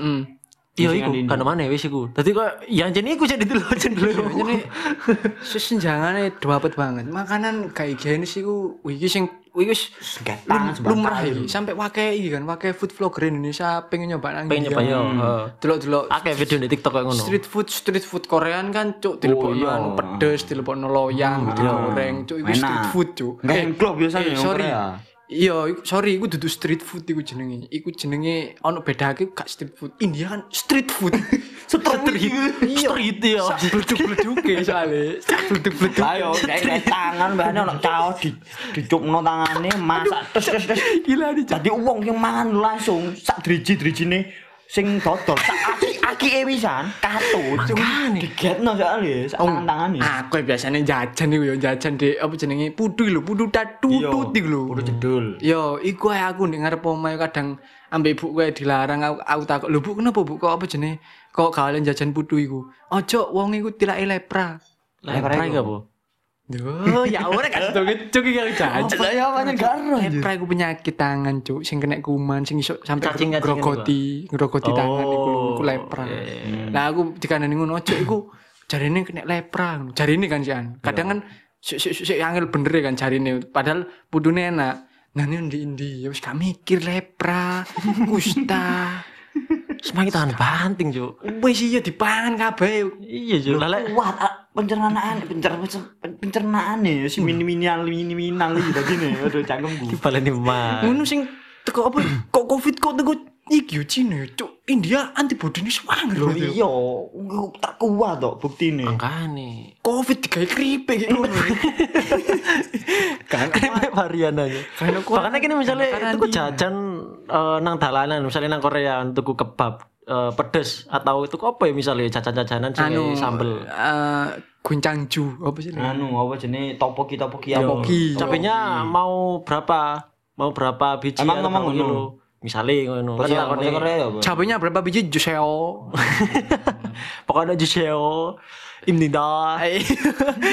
[SPEAKER 3] Hmm.
[SPEAKER 1] Mm-mm.
[SPEAKER 2] Iya
[SPEAKER 3] Bajingan
[SPEAKER 2] iku,
[SPEAKER 3] di Indo.
[SPEAKER 2] kan mana wis iku. Dadi kok ya jenenge iku jadi dulu dulu.
[SPEAKER 1] Jadi sesenjangannya dapet banget. Makanan kayak gini sih ku, wih sing wih wis
[SPEAKER 3] Segetan
[SPEAKER 1] lum- lumrah
[SPEAKER 3] sebantai.
[SPEAKER 1] iki. Sampai wakai iki kan, wakai food vlogger Indonesia pengen nyoba nang Hmm.
[SPEAKER 2] Pengen nyoba yo. Ah, heeh.
[SPEAKER 1] Delok-delok
[SPEAKER 2] Akeh video di TikTok kayak ngono.
[SPEAKER 1] street food street food Korean kan cuk dilebokno
[SPEAKER 2] Oh,
[SPEAKER 3] iya.
[SPEAKER 1] anu pedes dilebokno
[SPEAKER 2] Hmm,
[SPEAKER 1] loyang digoreng cuk iku
[SPEAKER 3] Enak.
[SPEAKER 1] street food cuk.
[SPEAKER 3] Nggak engklok biasanya
[SPEAKER 1] eh,
[SPEAKER 3] yang
[SPEAKER 1] sorry.
[SPEAKER 3] Korea.
[SPEAKER 1] Iya, iku- sorry, iku dudu street food iku jenenge. Iku jenenge ono bedake gak street food. India kan street food.
[SPEAKER 3] (laughs)
[SPEAKER 2] Street.
[SPEAKER 3] Iya.
[SPEAKER 2] Street ya.
[SPEAKER 1] (laughs) Bleduk-bleduke soalnya. Bleduk-bleduk.
[SPEAKER 3] Ayo, kayak tangan bahannya ono cao di dicukno tangane masak tes tes tes.
[SPEAKER 1] Gila nih, Cak.
[SPEAKER 3] Jadi uang yang mangan langsung sak driji-drijine sing dodol sak aki-akike pisan katut. Digetno soalnya sak ya. tangan-tangane.
[SPEAKER 1] Aku yang biasanya jajan iku yo jajan di apa jenenge pudu lho, pudu tatutut iku lho.
[SPEAKER 3] Udah jedul.
[SPEAKER 1] Yo, iku ae aku ning ngarep omahe kadang ambek ibu kowe dilarang aku, aku takut, "Lho Bu, kenapa Bu kok apa jenenge? Kok kalian jajan putu iku?" Ojo wong iku tilake lepra.
[SPEAKER 2] Lah prank
[SPEAKER 3] Prank
[SPEAKER 2] gak, Bu?
[SPEAKER 1] Duh, ya ora (laughs) kan sedang ngecuk iki aku jajan.
[SPEAKER 3] Lah ya apanya gak ero.
[SPEAKER 1] Lepra iku penyakit tangan, Cuk, sing kena kuman, sing iso sampe
[SPEAKER 2] Cacing-cacingan
[SPEAKER 1] grogoti, grogoti tangan iku lho, iku
[SPEAKER 2] Oh,
[SPEAKER 1] lepra.
[SPEAKER 2] iya, iya,
[SPEAKER 1] Lah aku dikandani ngono, "Cuk, iku jarine kena lepra." ngono. Jarine kan sian.
[SPEAKER 2] Iya.
[SPEAKER 1] Kadang kan sik sik sik angel bener ya kan jarine, padahal putune enak. Nah ini di Indi, ya wis gak mikir lepra, (laughs) kusta.
[SPEAKER 2] Semakin tahan banting, Cuk.
[SPEAKER 1] Wis iya dipangan kabeh.
[SPEAKER 2] Iya, Cuk. Lah lek
[SPEAKER 3] Kuat ah, pencernaan, pencernaan, pencernaan nih, si mini minial, mini minial gitu tadi nih, aduh cangkemku.
[SPEAKER 2] dibaleni mah.
[SPEAKER 1] Ngono sing teko apa kok covid kok teko iki yo Cina, Cuk. India antibodine suwangi
[SPEAKER 3] Loh
[SPEAKER 1] lho.
[SPEAKER 3] iya, iku terkuat tok buktine.
[SPEAKER 2] Makane.
[SPEAKER 1] Covid digawe kripe iki ngono.
[SPEAKER 2] Kan kayak varian aja.
[SPEAKER 1] Karena aku-
[SPEAKER 2] Makanya gini misalnya
[SPEAKER 1] karena
[SPEAKER 2] tuku
[SPEAKER 1] dia.
[SPEAKER 2] jajan eh, nang dalanan, misalnya nang Korea tuku kebab eh, pedes atau itu apa ya misalnya jajan-jajanan sing
[SPEAKER 1] Anu
[SPEAKER 2] sambel.
[SPEAKER 1] Eh guncangju apa sih? ini?
[SPEAKER 3] Anu apa jenenge topoki topoki apa?
[SPEAKER 1] Topoki.
[SPEAKER 2] cabenya mau berapa mau berapa biji
[SPEAKER 3] Emang
[SPEAKER 2] atau
[SPEAKER 3] ngomong
[SPEAKER 2] berapa
[SPEAKER 3] ngono?
[SPEAKER 2] kilo? misalnya ngono Kan
[SPEAKER 3] Bahasa
[SPEAKER 2] takone,
[SPEAKER 3] bahasa Korea ya, Bos?
[SPEAKER 1] Cabenya berapa biji Juseo?
[SPEAKER 2] (laughs) pokoknya juseo imnida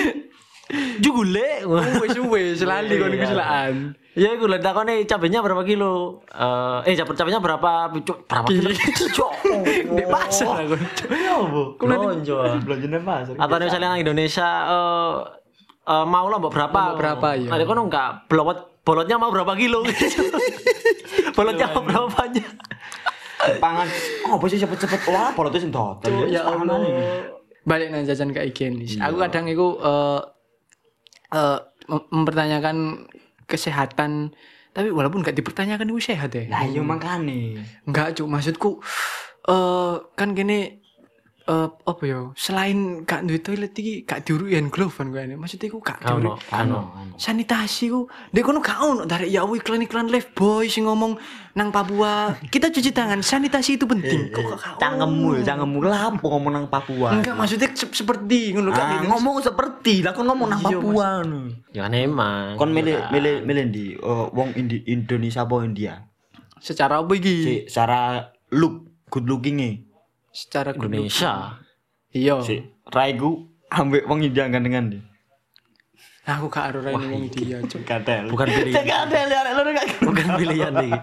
[SPEAKER 2] (laughs) jugule
[SPEAKER 1] (laughs) Wis wis lali kon iku selaan.
[SPEAKER 2] ya gue lihat takone cabenya berapa kilo Eh, eh cabe cabenya berapa Cuk, berapa kilo Oh, Cuk,
[SPEAKER 1] (laughs) Di pasar aku.
[SPEAKER 3] Iya, Bu.
[SPEAKER 2] lonjo ah.
[SPEAKER 3] Belanjane pasar.
[SPEAKER 2] atau ada misalnya nang Indonesia eh eh, mau lombok
[SPEAKER 1] Lombok
[SPEAKER 2] berapa
[SPEAKER 1] berapa, iya.
[SPEAKER 2] ada kono enggak bolot bolotnya mau berapa
[SPEAKER 1] (laughs)
[SPEAKER 2] kilo bolotnya mau berapanya
[SPEAKER 3] pangan. Oh, apa sih cepet-cepet. Wah, polote sing dodol.
[SPEAKER 1] Ya Allah. Balik nang jajan ke higienis. Aku kadang iku eh eh, mem- mempertanyakan kesehatan tapi walaupun gak dipertanyakan itu sehat ya.
[SPEAKER 3] Lah iya makane.
[SPEAKER 1] Enggak, Cuk. Maksudku eh kan gini eh apa ya? Selain gak duwe toilet iki gak diurui hand glove kan gue ini. Maksudnya iku gak diurui.
[SPEAKER 2] Kano, kano.
[SPEAKER 1] Sanitasi ku, ndek kono gak ono dari ya wih, iklan-iklan Live Boy sing ngomong nang Papua, kita cuci tangan, sanitasi itu
[SPEAKER 3] eh,
[SPEAKER 1] penting. Kok gak ono?
[SPEAKER 3] Cangkemmu, ya, cangkemmu lah apa ngomong nang Papua.
[SPEAKER 1] Enggak, maksudnya se- seperti ngono kan.
[SPEAKER 3] Ah, ngomong seperti lah kon ngomong nang
[SPEAKER 1] Iya,
[SPEAKER 3] Papua ngono.
[SPEAKER 2] ya kan emang
[SPEAKER 3] Kon milih milih milih ndi? Eh, wong Indi- Indonesia apa India?
[SPEAKER 1] Secara apa iki?
[SPEAKER 3] si Sarah look good looking e
[SPEAKER 1] Secara good look.
[SPEAKER 2] Indonesia
[SPEAKER 1] Iya.
[SPEAKER 3] si Raigu ambek wong India gandengan di
[SPEAKER 1] Nah, aku gak arep ini ngomong dia, Cuk.
[SPEAKER 3] Cekatel (laughs)
[SPEAKER 2] bukan pilihan
[SPEAKER 3] Cekatel ya lho gak
[SPEAKER 2] bukan pilihan nih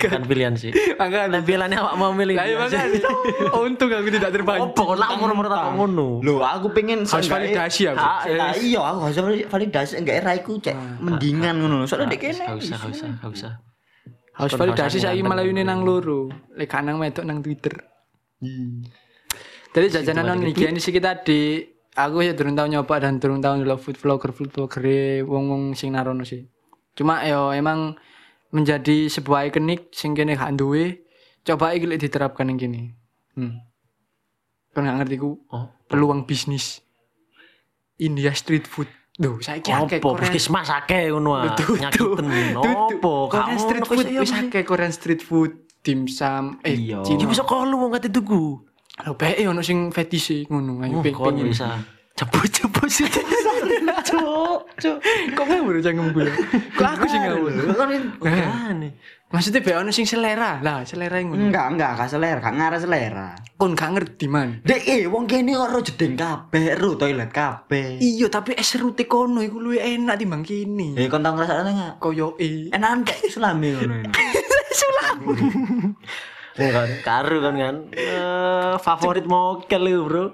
[SPEAKER 2] bukan pilihan sih
[SPEAKER 1] Makanya.
[SPEAKER 2] Lah, pilihannya awak mau milih
[SPEAKER 1] Lah, iya, makanya. Oh, Untung aku tidak terpancing.
[SPEAKER 2] opo lah umur umur tak ngono
[SPEAKER 3] lho aku pengen
[SPEAKER 1] Harus
[SPEAKER 3] seenggaknya-
[SPEAKER 1] validasi aku.
[SPEAKER 3] Ah, eh, iya aku harus vali- validasi enggak Raigu cek mendingan ngono
[SPEAKER 1] Nah,
[SPEAKER 3] soalnya dek kene
[SPEAKER 2] gak usah gak usah gak usah
[SPEAKER 1] Harus validasi saiki malah ini nang loro. Lek gak nang metok nang Twitter.
[SPEAKER 3] Hmm,
[SPEAKER 1] Jadi
[SPEAKER 2] Gitu
[SPEAKER 1] jajanan non higienis iki tadi aku ya durung tau nyoba dan durung tau ndelok food vlogger food vlogger wong wong sing narono ya, sih. Cuma yo emang menjadi sebuah ikonik sing kene gak duwe Coba iki lek diterapkan yang gini. Hmm. Kau nggak ngerti ku
[SPEAKER 2] Oh.
[SPEAKER 1] peluang bisnis India street food. Duh, saya kira Ya, kayak
[SPEAKER 2] Opo
[SPEAKER 1] (laughs)
[SPEAKER 2] puskesmas akeh ngono ah.
[SPEAKER 1] Tuh, tuh,
[SPEAKER 2] Nyakitin
[SPEAKER 1] Tuh,
[SPEAKER 2] opo
[SPEAKER 1] Korean
[SPEAKER 2] kamu
[SPEAKER 1] street food bisa
[SPEAKER 2] bisa
[SPEAKER 1] kayak Korean street food dimsum eh
[SPEAKER 3] Iya.
[SPEAKER 1] Cina.
[SPEAKER 2] Iki bisa kolu wong kate tuku.
[SPEAKER 1] Lho bae ono sing fetish e, ngono ayo
[SPEAKER 2] Oh,
[SPEAKER 1] ping
[SPEAKER 2] kon
[SPEAKER 1] ping.
[SPEAKER 2] bisa. Cepu-cepu
[SPEAKER 3] (laughs)
[SPEAKER 2] sih.
[SPEAKER 1] Cuk, cuk. Kok ngawur cangkemku ya? Kok aku sing ngawur. Nah.
[SPEAKER 2] Kan.
[SPEAKER 1] Maksudnya bae ono sing selera. Lah, selera yang ngono.
[SPEAKER 3] Enggak, enggak, gak selera, gak ngarah selera.
[SPEAKER 1] Kon gak ngerti man.
[SPEAKER 3] Dek, eh, wong kene ora jedeng kabeh, ro toilet kabeh.
[SPEAKER 1] Iya, tapi es serute kono iku luwih enak timbang kini.
[SPEAKER 3] Eh, kon tau ngrasakne enggak?
[SPEAKER 1] Koyo (laughs) e.
[SPEAKER 3] Enakan kayak islami ngono ya. ini.
[SPEAKER 1] Iya
[SPEAKER 2] Kan karu kan kan. Eh, favorit mokel iku, Bro.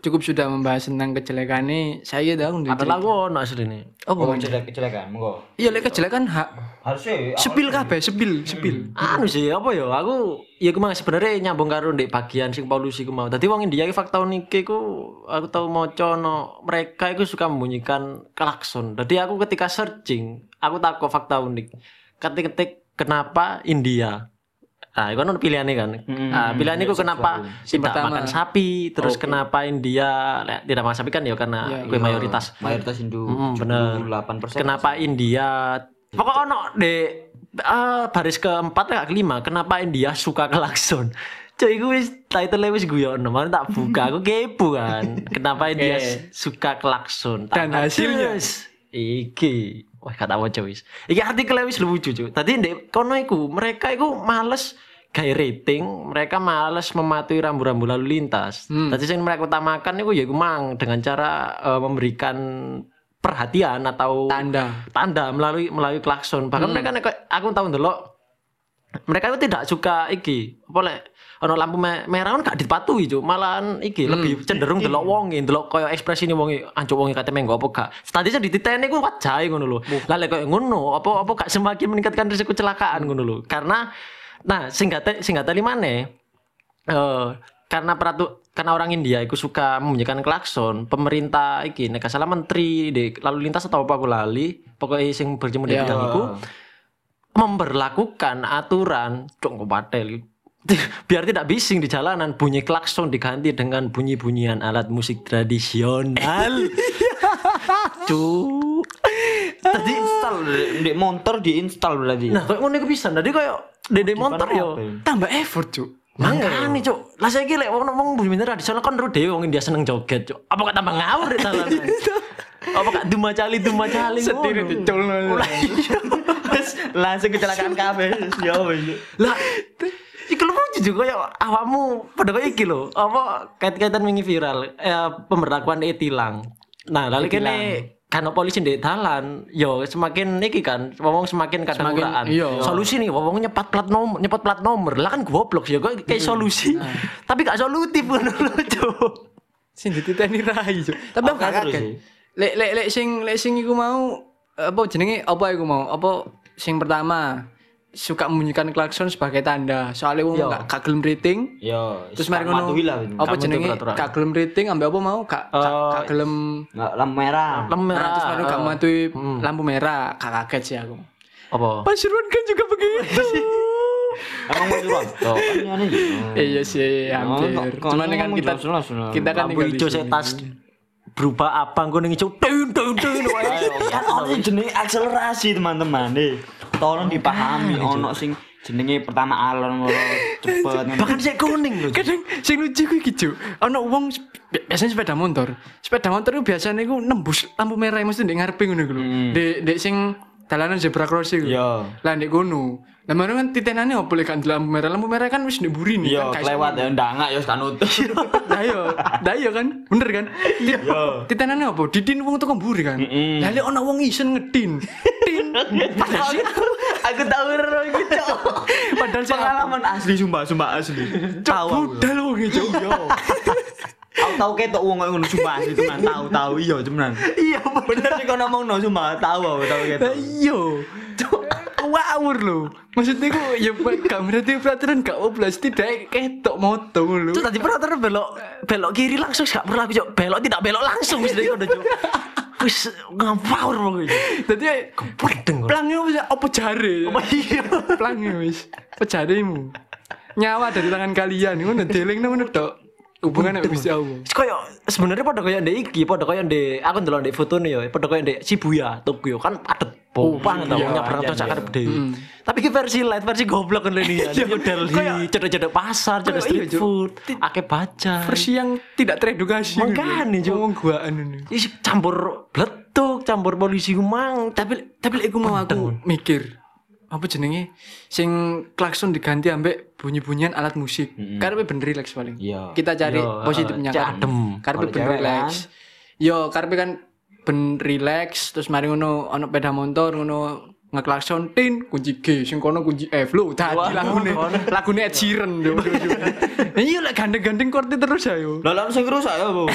[SPEAKER 1] Cukup sudah membahas tentang kejelekan ini. Saya tahu
[SPEAKER 2] Ada lagu ono asline.
[SPEAKER 1] Oh,
[SPEAKER 3] (laughs) Oh, jelek-jelekan, monggo.
[SPEAKER 1] Iya, lek kejelekan hak
[SPEAKER 3] Harusnya ya.
[SPEAKER 1] sepil kabeh, sepil, sepil.
[SPEAKER 2] Anu sih apa ya aku ya ku mang sebenarnya nyambung karo ndek bagian sing polusi ku mau. Dadi wong India ki fakta unike ku aku tau maca no mereka iku suka membunyikan klakson. Dadi aku ketika searching aku takut fakta unik. Ketik-ketik kenapa India. Nah, itu kan pilihannya kan.
[SPEAKER 3] Hmm,
[SPEAKER 2] Nah, pilihannya ku kenapa tidak
[SPEAKER 1] pertama.
[SPEAKER 2] makan sapi, terus kenapa India nah, tidak makan sapi kan ya karena kue mayoritas.
[SPEAKER 3] Iya, mayoritas Hindu.
[SPEAKER 2] Hmm, bener.
[SPEAKER 3] 78%.
[SPEAKER 2] Kenapa India? Pokoknya ono de ah, baris keempat ya kelima. Kenapa India suka klakson? Cuy, gue wis title wis guyon, mana tak buka, aku kepo kan. Kenapa India s- suka klakson? Tak
[SPEAKER 1] Dan hasilnya?
[SPEAKER 2] ngerti, wis. Iki, wah kata apa cuy? Iki artikelnya wis lucu cuy. Tadi ndek kono iku, mereka iku males gaya rating, mereka males mematuhi rambu-rambu lalu lintas.
[SPEAKER 1] Hmm.
[SPEAKER 2] Tadi yang mereka utamakan itu ya iku mang dengan cara eh, memberikan perhatian
[SPEAKER 1] Oh.
[SPEAKER 2] atau
[SPEAKER 1] Tanda.
[SPEAKER 2] tanda melalui melalui klakson bahkan mereka nek aku tahu ndelok mereka itu tidak suka iki apa lek ono lampu me- merah kan gak dipatuhi cuk malahan iki lebih cenderung delok wonge delok koyo ekspresine wonge anjuk wonge kate menggo apa gak statisnya dititeni ku wajahe ngono lho lah lek koyo ngono apa apa gak semakin meningkatkan risiko kecelakaan ngono lho karena nah sing gak sing gak teli maneh eh, karena peratu karena orang India itu suka membunyikan klakson pemerintah iki nek gak salah menteri di lalu lintas atau apa aku lali pokoknya sing berjemur di
[SPEAKER 1] Ya.
[SPEAKER 2] bidang iku memberlakukan aturan cok kok patel iki. (laughs) biar tidak bising di jalanan bunyi klakson diganti dengan bunyi-bunyian alat musik tradisional cuk
[SPEAKER 3] Tadi install di motor diinstal berarti.
[SPEAKER 2] nah kayak ngono iku pisan tadi kayak dede motor yo
[SPEAKER 1] Tambah effort, Cuk.
[SPEAKER 2] Mangkane cuk, lah saiki lek wong ngomong bumi bener di sana kan ro dhewe wong India seneng joget cuk. Apa gak tambah ngawur di sana? Apa gak dumacali dumacali
[SPEAKER 1] Sediri
[SPEAKER 2] ngono.
[SPEAKER 1] diculno.
[SPEAKER 3] langsung kecelakaan kabeh. Ya wis.
[SPEAKER 2] Lah Iku lu juga ya awakmu pada kayak iki lho. Apa kait-kaitan wingi viral eh, pemberlakuan etilang. Nah, lalu kene kan polisi ndek dalan, yo semakin niki kan wong semakin kadang
[SPEAKER 1] Semakin-
[SPEAKER 2] uraan.
[SPEAKER 1] iya.
[SPEAKER 2] Solusi nih wong nyepat plat nomor, nyepat plat nomor. Lah kan goblok sih, kok kayak
[SPEAKER 1] Hmm.
[SPEAKER 2] solusi.
[SPEAKER 1] Nah.
[SPEAKER 2] Tapi gak solutif (laughs) ngono lho, Cuk.
[SPEAKER 1] sing dititeni rai Cuk. tapi aku gak
[SPEAKER 3] Aku kaget
[SPEAKER 1] kaget
[SPEAKER 3] sih.
[SPEAKER 1] lek lek lek sing lek sing iku mau apa jenenge apa iku mau apa sing pertama suka membunyikan klakson sebagai tanda soalnya
[SPEAKER 3] Iya.
[SPEAKER 1] wong gak gak gelem rating
[SPEAKER 3] Yo,
[SPEAKER 1] terus mari ngono apa
[SPEAKER 2] Kamu
[SPEAKER 1] jenenge
[SPEAKER 2] tuh peraturan.
[SPEAKER 1] gak gelem rating ambe apa mau gak gak
[SPEAKER 3] Eh,
[SPEAKER 1] gak gelem
[SPEAKER 3] Enggak lampu merah.
[SPEAKER 2] lampu merah.
[SPEAKER 1] Nah, terus baru
[SPEAKER 3] eh,
[SPEAKER 1] gak mematuhi
[SPEAKER 3] hmm.
[SPEAKER 1] lampu merah gak kaget sih aku
[SPEAKER 3] Oh.
[SPEAKER 2] apa?
[SPEAKER 1] Pasuruan kan juga begitu
[SPEAKER 3] Emang mau turun. Tuh, kan ini.
[SPEAKER 1] iya sih hampir
[SPEAKER 3] Oh, kok-
[SPEAKER 1] cuman
[SPEAKER 3] kok
[SPEAKER 1] kan
[SPEAKER 3] ngomong
[SPEAKER 1] kita
[SPEAKER 3] jelas, jelas, jelas.
[SPEAKER 1] kita kan
[SPEAKER 2] Lampu
[SPEAKER 1] tinggal di
[SPEAKER 2] hijau saya
[SPEAKER 1] sini.
[SPEAKER 2] tas berubah abang kuning hijau tun tun
[SPEAKER 1] (laughs)
[SPEAKER 2] tun
[SPEAKER 3] Ayo, Kan ono jenenge akselerasi, teman-teman. Eh, tolong dipahami ono sing jenenge pertama alon loro cepet ngono.
[SPEAKER 2] bahkan saya kuning loh
[SPEAKER 1] kadang sing lucu ku iki Cuk. Ono wong sep- bi- biasanya sepeda motor. Sepeda motor itu biasanya iku nembus lampu merah e, mesti ndek ngarepe ngono iku lho. Ndek ndek sing dalanan zebra cross iku.
[SPEAKER 3] Hmm. Iya.
[SPEAKER 1] Lah ndek kono. Lah marang kan titenane opo lek gak ndelok lampu merah? Lampu merah kan wis ndek buri nih
[SPEAKER 3] Yo,
[SPEAKER 1] kan.
[SPEAKER 3] kelewat ya ndangak yo kan (laughs) nutup.
[SPEAKER 1] Lah yo, lah yo kan. Bener kan? Tit- Titenane opo? Didin wong toko mburi kan.
[SPEAKER 3] Mm-mm.
[SPEAKER 1] Lah lek ono wong isen ngedin.
[SPEAKER 3] (laughs)
[SPEAKER 1] Tin. Padahal
[SPEAKER 3] Aku tahu ro iku, Cok.
[SPEAKER 1] padahal sing
[SPEAKER 3] Pengalaman asli sumpah, sumpah asli. Tahu. aku.
[SPEAKER 1] budal wong iki, Cuk.
[SPEAKER 3] Aku tahu Iya. ketok wong kok ngono sumpah asli teman tahu tahu iya cuman. Iya bener sih kau ngomong no sumpah tahu aku tahu ketok.
[SPEAKER 1] Lah iya. Wawur lho. Maksudnya ku ya pe- gak berarti peraturan gak oblas tidak ketok moto lho.
[SPEAKER 2] itu tadi peraturan belok belok kiri langsung gak pernah aku Cuk. belok tidak belok langsung wis udah cuk wis ngampar pokoknya
[SPEAKER 1] Dadi
[SPEAKER 2] pedeng kok
[SPEAKER 1] plange wis apa jare?
[SPEAKER 2] iya
[SPEAKER 1] Plange wis. Apa jaremu? nyawa dari tangan kalian ngono deling ngono tok hubungan nek wis jauh
[SPEAKER 2] koyo sebenarnya pada koyo ndek iki, pada koyo ndek aku ndelok ndek fotone yo, pada koyo ndek Shibuya, Tokyo kan padet popang tau
[SPEAKER 1] iya,
[SPEAKER 2] nyabrang
[SPEAKER 3] iya,
[SPEAKER 2] tol Jakarta
[SPEAKER 3] iya.
[SPEAKER 2] gede. Tapi iki versi light, versi goblok kan ini ya. Yo Delhi, cedek-cedek pasar, cedek
[SPEAKER 1] Koyo iya,
[SPEAKER 2] street
[SPEAKER 1] Cuk.
[SPEAKER 2] food, akeh baca.
[SPEAKER 1] versi yang tidak teredukasi
[SPEAKER 2] Makanya, Cuk.
[SPEAKER 1] ngomong gua anu nih
[SPEAKER 2] Ih, campur bletuk, campur polisi kumang, tapi
[SPEAKER 1] tapi lek iku mau aku mikir apa jenenge sing klakson diganti ambek bunyi-bunyian alat musik
[SPEAKER 3] Mm-mm.
[SPEAKER 1] karepe ben relax paling
[SPEAKER 3] Iya.
[SPEAKER 1] kita cari
[SPEAKER 2] Yo,
[SPEAKER 1] positifnya
[SPEAKER 2] eh, cek
[SPEAKER 1] kan
[SPEAKER 2] adem.
[SPEAKER 1] karepe
[SPEAKER 3] Kalau
[SPEAKER 1] ben
[SPEAKER 3] cewek
[SPEAKER 1] relax yo karepe kan ben relax terus mari ngono ono sepeda motor ngono ngeklakson tin kunci G sing kono kunci F lo
[SPEAKER 2] Wah,
[SPEAKER 1] tadi lagune lagune Ed Sheeran yo iya lek gandeng-gandeng korte terus ayo
[SPEAKER 3] Lah langsung rusak ya, Bu.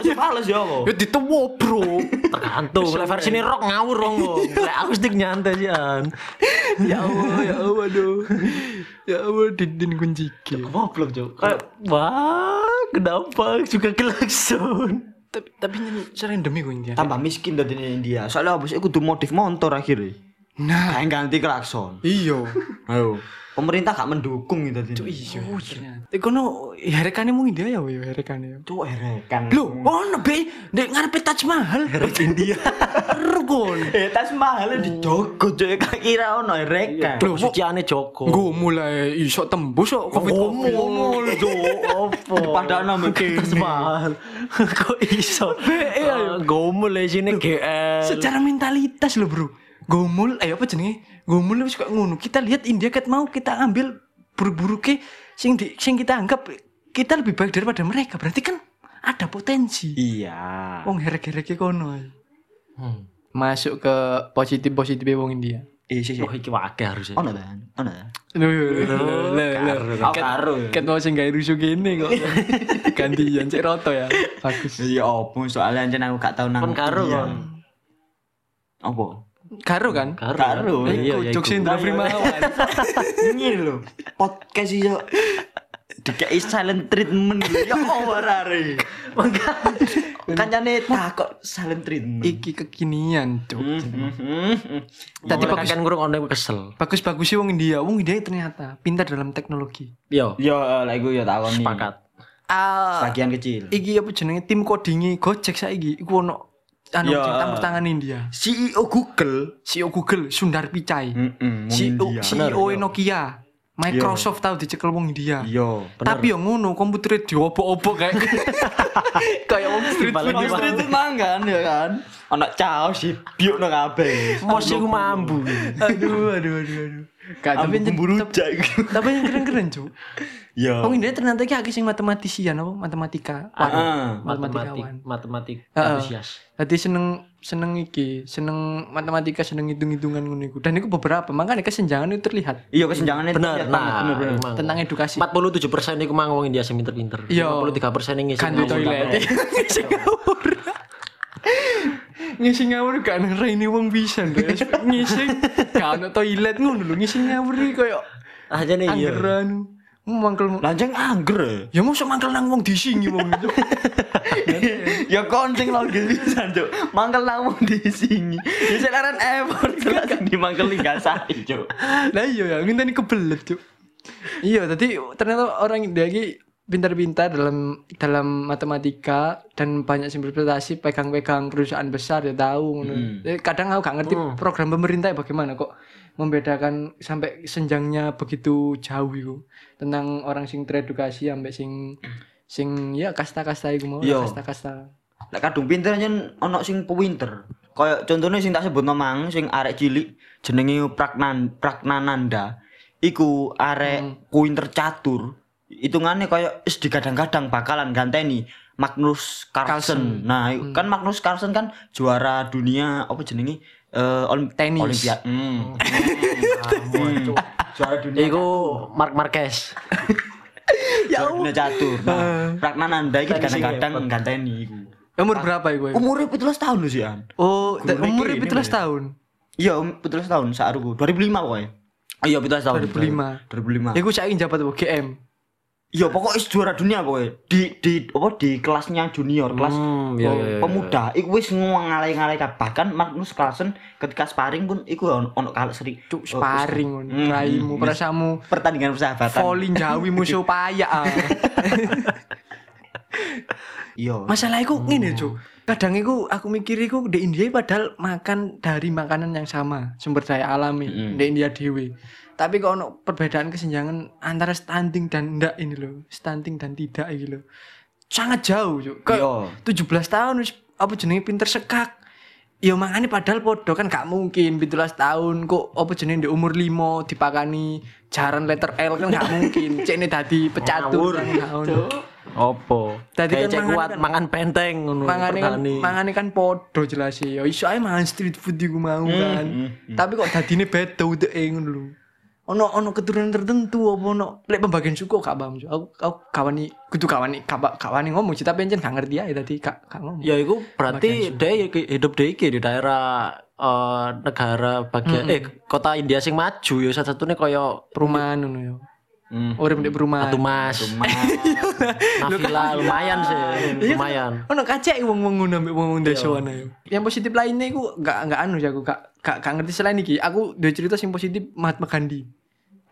[SPEAKER 3] Sing males ya kok.
[SPEAKER 1] yo ditewo bro
[SPEAKER 2] tergantung. Lek versi ini rock ngawur dong. Lek akustik nyantai jian.
[SPEAKER 1] ya Allah ya Allah aduh ya Allah dinding kunci G
[SPEAKER 2] Goblok, Cuk. Kayak, Wah, kenapa juga klakson?
[SPEAKER 1] tapi tapi sering demi gue India
[SPEAKER 3] Tambah miskin dari India. Soalnya habis itu kudu modif motor akhirnya.
[SPEAKER 1] nah
[SPEAKER 3] Kayak ganti klakson.
[SPEAKER 1] (laughs) iyo
[SPEAKER 3] Ayo. Pemerintah gak mendukung gitu tadi.
[SPEAKER 1] iyo iya. itu no herekane mung India ya yo herekane yo
[SPEAKER 3] Cuk herekan.
[SPEAKER 1] lo oh nebe dek ngarepe Taj Mahal herek India (laughs) rukun
[SPEAKER 3] Eh, tas mahal dijogo cuk gak kira ono herekan.
[SPEAKER 1] Loh, kok-
[SPEAKER 2] Suciane Joko.
[SPEAKER 1] gue mulai iso tembus kok covid covid
[SPEAKER 2] ngomong jo (laughs) opo
[SPEAKER 3] Padahal nama
[SPEAKER 2] Kita
[SPEAKER 3] gini.
[SPEAKER 2] semahal (laughs) kok iso Eh, gomul ya sini GL
[SPEAKER 1] secara mentalitas lo bro gomul eh apa jenenge gomul wis kok ngono kita lihat India kat mau kita ambil buru-buru ke sing di, sing kita anggap kita lebih baik daripada mereka berarti kan ada potensi
[SPEAKER 3] Iya.
[SPEAKER 1] wong herek-hereke kono ae. Hmm. masuk ke positif positif wong India.
[SPEAKER 3] Eh, sih.
[SPEAKER 2] oh iki wakil harusnya
[SPEAKER 3] Ono ta? Ono ta?
[SPEAKER 1] Loh, loh, loh, loh.
[SPEAKER 3] Aku karo.
[SPEAKER 1] Ket mau sing gawe rusuh gini (laughs) kok. Gantian cek roto ya. Bagus.
[SPEAKER 3] Ya opo soalnya ancen aku gak tau nang.
[SPEAKER 2] Kon karo,
[SPEAKER 3] Iya.
[SPEAKER 2] kon.
[SPEAKER 3] Opo?
[SPEAKER 1] Karo kan?
[SPEAKER 2] karo
[SPEAKER 3] Karo.
[SPEAKER 2] Eh, iya iya
[SPEAKER 1] Jok
[SPEAKER 2] iku.
[SPEAKER 1] Sindra
[SPEAKER 2] (laughs)
[SPEAKER 1] Primawan.
[SPEAKER 3] Ngene lho. Podcast iso dikei silent treatment lho. ya over are. Kancane tak kok silent
[SPEAKER 2] Iya.
[SPEAKER 3] treatment.
[SPEAKER 1] Iki kekinian, Cuk.
[SPEAKER 2] tadi
[SPEAKER 1] Tadi
[SPEAKER 2] kok
[SPEAKER 1] bagus.
[SPEAKER 2] kan ngurung ono aku
[SPEAKER 1] Hmm.
[SPEAKER 2] kesel
[SPEAKER 1] Bagus-bagus sih wong India. Wong India ternyata pintar dalam teknologi.
[SPEAKER 2] yo
[SPEAKER 3] Yo lek iku yo takon
[SPEAKER 2] sepakat
[SPEAKER 1] Ah,
[SPEAKER 3] Bagian kecil.
[SPEAKER 1] iki apa jenenge tim codinge Gojek saiki iku ono anu
[SPEAKER 3] Ya.
[SPEAKER 1] campur tangan India.
[SPEAKER 3] CEO Google.
[SPEAKER 1] CEO Google Sundar Pichai. E
[SPEAKER 3] Heeh.
[SPEAKER 1] CEO,
[SPEAKER 2] Bener,
[SPEAKER 1] CEO Nokia. Microsoft tau dicekel wong India.
[SPEAKER 3] Yo.
[SPEAKER 1] Tapi yang ngono komputernya diobok-obok kayak (laughs) kayak wong street food
[SPEAKER 2] Dibalik-
[SPEAKER 1] gitu.
[SPEAKER 3] Justru itu manggan ya kan. Ono caos sih biuk nang kabeh.
[SPEAKER 2] mos iku mambu
[SPEAKER 1] Aduh, aduh, aduh, aduh. Gak, tapi yang
[SPEAKER 3] bumbu rujak iku.
[SPEAKER 1] tapi yang keren-keren cuy.
[SPEAKER 3] Yo.
[SPEAKER 2] Oh.
[SPEAKER 1] Wong India ternyata iki akeh sing matematisian apa matematika.
[SPEAKER 2] Ah.
[SPEAKER 1] Wah,
[SPEAKER 3] Heeh.
[SPEAKER 2] matematik
[SPEAKER 1] Matematikawan.
[SPEAKER 2] matematik
[SPEAKER 1] Heeh.
[SPEAKER 2] antusias
[SPEAKER 1] Tadi seneng seneng iki, seneng matematika, seneng hitung-hitungan ngono iku. Dan iku beberapa, makanya kesenjangan itu terlihat
[SPEAKER 3] Iya kesenjangannya
[SPEAKER 2] bener nah
[SPEAKER 3] bener bener.
[SPEAKER 2] emang.
[SPEAKER 1] tentang edukasi.
[SPEAKER 2] 47 persen iku mang wong India sing pinter-pinter.
[SPEAKER 1] Iya.
[SPEAKER 2] 53 persen ngisi
[SPEAKER 1] Kan di
[SPEAKER 2] ngawur. (laughs)
[SPEAKER 1] toilet. Ngisi ngawur. Ngisi ngawur gak nang raine wong pisan
[SPEAKER 2] (laughs)
[SPEAKER 1] lho. Ngisi gak ono toilet ngono lho, ngisi ngawur iki koyo
[SPEAKER 2] Aja nih iya.
[SPEAKER 1] anggeran. Mangkel
[SPEAKER 3] Lanjeng angger.
[SPEAKER 1] Ya
[SPEAKER 3] ya.
[SPEAKER 1] mosok mangkel nang wong disingi wong itu.
[SPEAKER 3] (laughs)
[SPEAKER 2] (laughs)
[SPEAKER 3] Ya konting logis pisan, Cuk. Mangkel nang wong disingi. Ya selaran effort jelas di mangkel enggak sah, Cuk.
[SPEAKER 1] Lah iya ya, ngenteni kebelet, Cuk. Iya, tadi ternyata orang India iki pintar-pintar dalam dalam matematika dan banyak interpretasi pegang-pegang perusahaan besar ya tahu ngono. Eh, Kadang aku gak ngerti program pemerintah ya bagaimana kok membedakan sampai senjangnya begitu jauh itu tentang orang sing teredukasi sampai sing sing ya kasta-kasta iku mau
[SPEAKER 3] Iya.
[SPEAKER 1] kasta-kasta.
[SPEAKER 3] Lek kadung pinter nyen ono sing pewinter. Kayak contohnya sing tak sebut mang sing arek cilik jenenge Pragnan Pragnananda. Iku arek kuinter catur. Hitungannya kayak is digadang-gadang bakalan ganteni Magnus
[SPEAKER 1] Carlsen.
[SPEAKER 3] Carlsen. Nah, iku- kan Magnus Carlsen kan juara dunia apa jenenge? Eh olim-
[SPEAKER 1] Tenis.
[SPEAKER 3] Olimpia. Hmm. Hmm. Juara dunia.
[SPEAKER 2] Iku Mark Marquez.
[SPEAKER 3] Juara dunia catur. (laughs) Nah, Pragnananda iki
[SPEAKER 2] Tenis iki
[SPEAKER 3] digadang-gadang ganteni iku.
[SPEAKER 1] Umur berapa iku? iku?
[SPEAKER 3] Umurnya 17 tahun lho sih An.
[SPEAKER 1] Oh,
[SPEAKER 3] Guru Ricky
[SPEAKER 1] umur
[SPEAKER 3] ini
[SPEAKER 1] 17
[SPEAKER 3] bener.
[SPEAKER 1] tahun.
[SPEAKER 3] Iya, um, 17 tahun saruku. 2005 pokoknya. Oh, iya, 17 tahun.
[SPEAKER 1] 2005.
[SPEAKER 3] 2005.
[SPEAKER 1] Iku saiki jabat apa? GM.
[SPEAKER 3] Iya pokoknya is juara dunia pokoknya di di apa di kelasnya junior kelas
[SPEAKER 2] Hmm, iya,
[SPEAKER 3] eh,
[SPEAKER 2] iya, iya.
[SPEAKER 3] pemuda iku wis ngalai-ngalai kabeh. bahkan Magnus Carlsen ketika sparring pun iku ono ono kalah sering
[SPEAKER 1] Cuk sparring
[SPEAKER 3] Hmm,
[SPEAKER 1] ngono. Raimu
[SPEAKER 3] hmm.
[SPEAKER 1] perasamu
[SPEAKER 3] pertandingan persahabatan
[SPEAKER 1] volley jawi musuh payak. ah.
[SPEAKER 3] (laughs) iya
[SPEAKER 1] Masalah iku ngene, Cuk. Kadang iku aku mikir iku di India padahal makan dari makanan yang sama, sumber daya alami
[SPEAKER 3] Mm-mm.
[SPEAKER 1] di India dewe. Tapi kok ono perbedaan kesenjangan antara stunting dan ndak ini loh, stunting dan tidak iki loh. Sangat jauh, Cuk. Kayak
[SPEAKER 3] iya
[SPEAKER 1] 17 tahun wis apa jenenge pinter sekak. Ya mangane padahal podo kan gak mungkin 17 tahun kok apa jenenge di umur 5 dipakani jaran letter L kan gak mungkin.
[SPEAKER 3] (laughs)
[SPEAKER 1] Cekne dadi pecatur kan gak ono.
[SPEAKER 2] Opo.
[SPEAKER 1] Tadi kan
[SPEAKER 2] Kayak cek
[SPEAKER 1] mangan
[SPEAKER 2] kuat
[SPEAKER 1] kan-
[SPEAKER 2] mangan penteng ngono.
[SPEAKER 1] mangane kan
[SPEAKER 2] pertani.
[SPEAKER 1] mangane kan podo jelas sih. ya iso ae mangan street food iku mau kan
[SPEAKER 3] hmm,
[SPEAKER 1] tapi kok dadine beda udeke ngono lho ono ono keturunan tertentu apa ono lek pembagian suku gak paham Cuk. aku aku kawani kudu kawani kaba- kawani ngomong cita pencen gak ngerti ae tadi gak gak ngomong
[SPEAKER 2] Ya itu berarti dia ya hidup dia iki di daerah eh, negara bagian eh kota India sing maju ya satu satunya koyo
[SPEAKER 1] perumahan ngono ya
[SPEAKER 3] hmm. (laughs)
[SPEAKER 1] urip di perumahan
[SPEAKER 2] Batu Mas,
[SPEAKER 3] Cuma-
[SPEAKER 1] kan-
[SPEAKER 2] Nafila lumayan sih,
[SPEAKER 1] Iya,
[SPEAKER 2] lumayan.
[SPEAKER 1] ono kacek wong-wong ngono ambek wong-wong
[SPEAKER 3] Iya.
[SPEAKER 1] desa ana yo. Yang positif lainnya iku gak gak anu sih aku gak gak, gak ngerti selain iki. Aku dua cerita sing positif Mahatma Gandhi.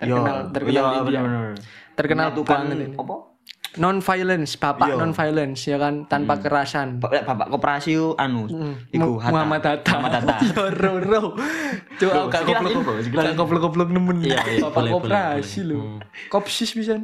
[SPEAKER 1] Terkenal
[SPEAKER 3] Iya,
[SPEAKER 1] terkenal
[SPEAKER 3] iya,
[SPEAKER 1] di India.
[SPEAKER 3] bener-bener.
[SPEAKER 1] Terkenal
[SPEAKER 3] Menyatukan
[SPEAKER 1] banget ini.
[SPEAKER 3] apa
[SPEAKER 1] Non violence, bapak
[SPEAKER 3] Iya.
[SPEAKER 1] non violence ya kan tanpa kerasan.
[SPEAKER 3] bapak, bapak koperasi anu Hmm. iku
[SPEAKER 1] Hmm. Mu-
[SPEAKER 3] Hatta.
[SPEAKER 1] Muhammad Hatta.
[SPEAKER 3] Muhammad Hatta.
[SPEAKER 1] (laughs) Yo ro ro. Coba
[SPEAKER 3] Loh,
[SPEAKER 1] aku gak
[SPEAKER 3] sekilas
[SPEAKER 1] goblok.
[SPEAKER 3] info, sekilas
[SPEAKER 1] Gak goblok-goblok nemen.
[SPEAKER 2] Iya, iya,
[SPEAKER 1] Bapak
[SPEAKER 2] boleh,
[SPEAKER 1] koperasi
[SPEAKER 2] boleh,
[SPEAKER 3] Hmm.
[SPEAKER 1] lho. Kopsis bisa. (laughs)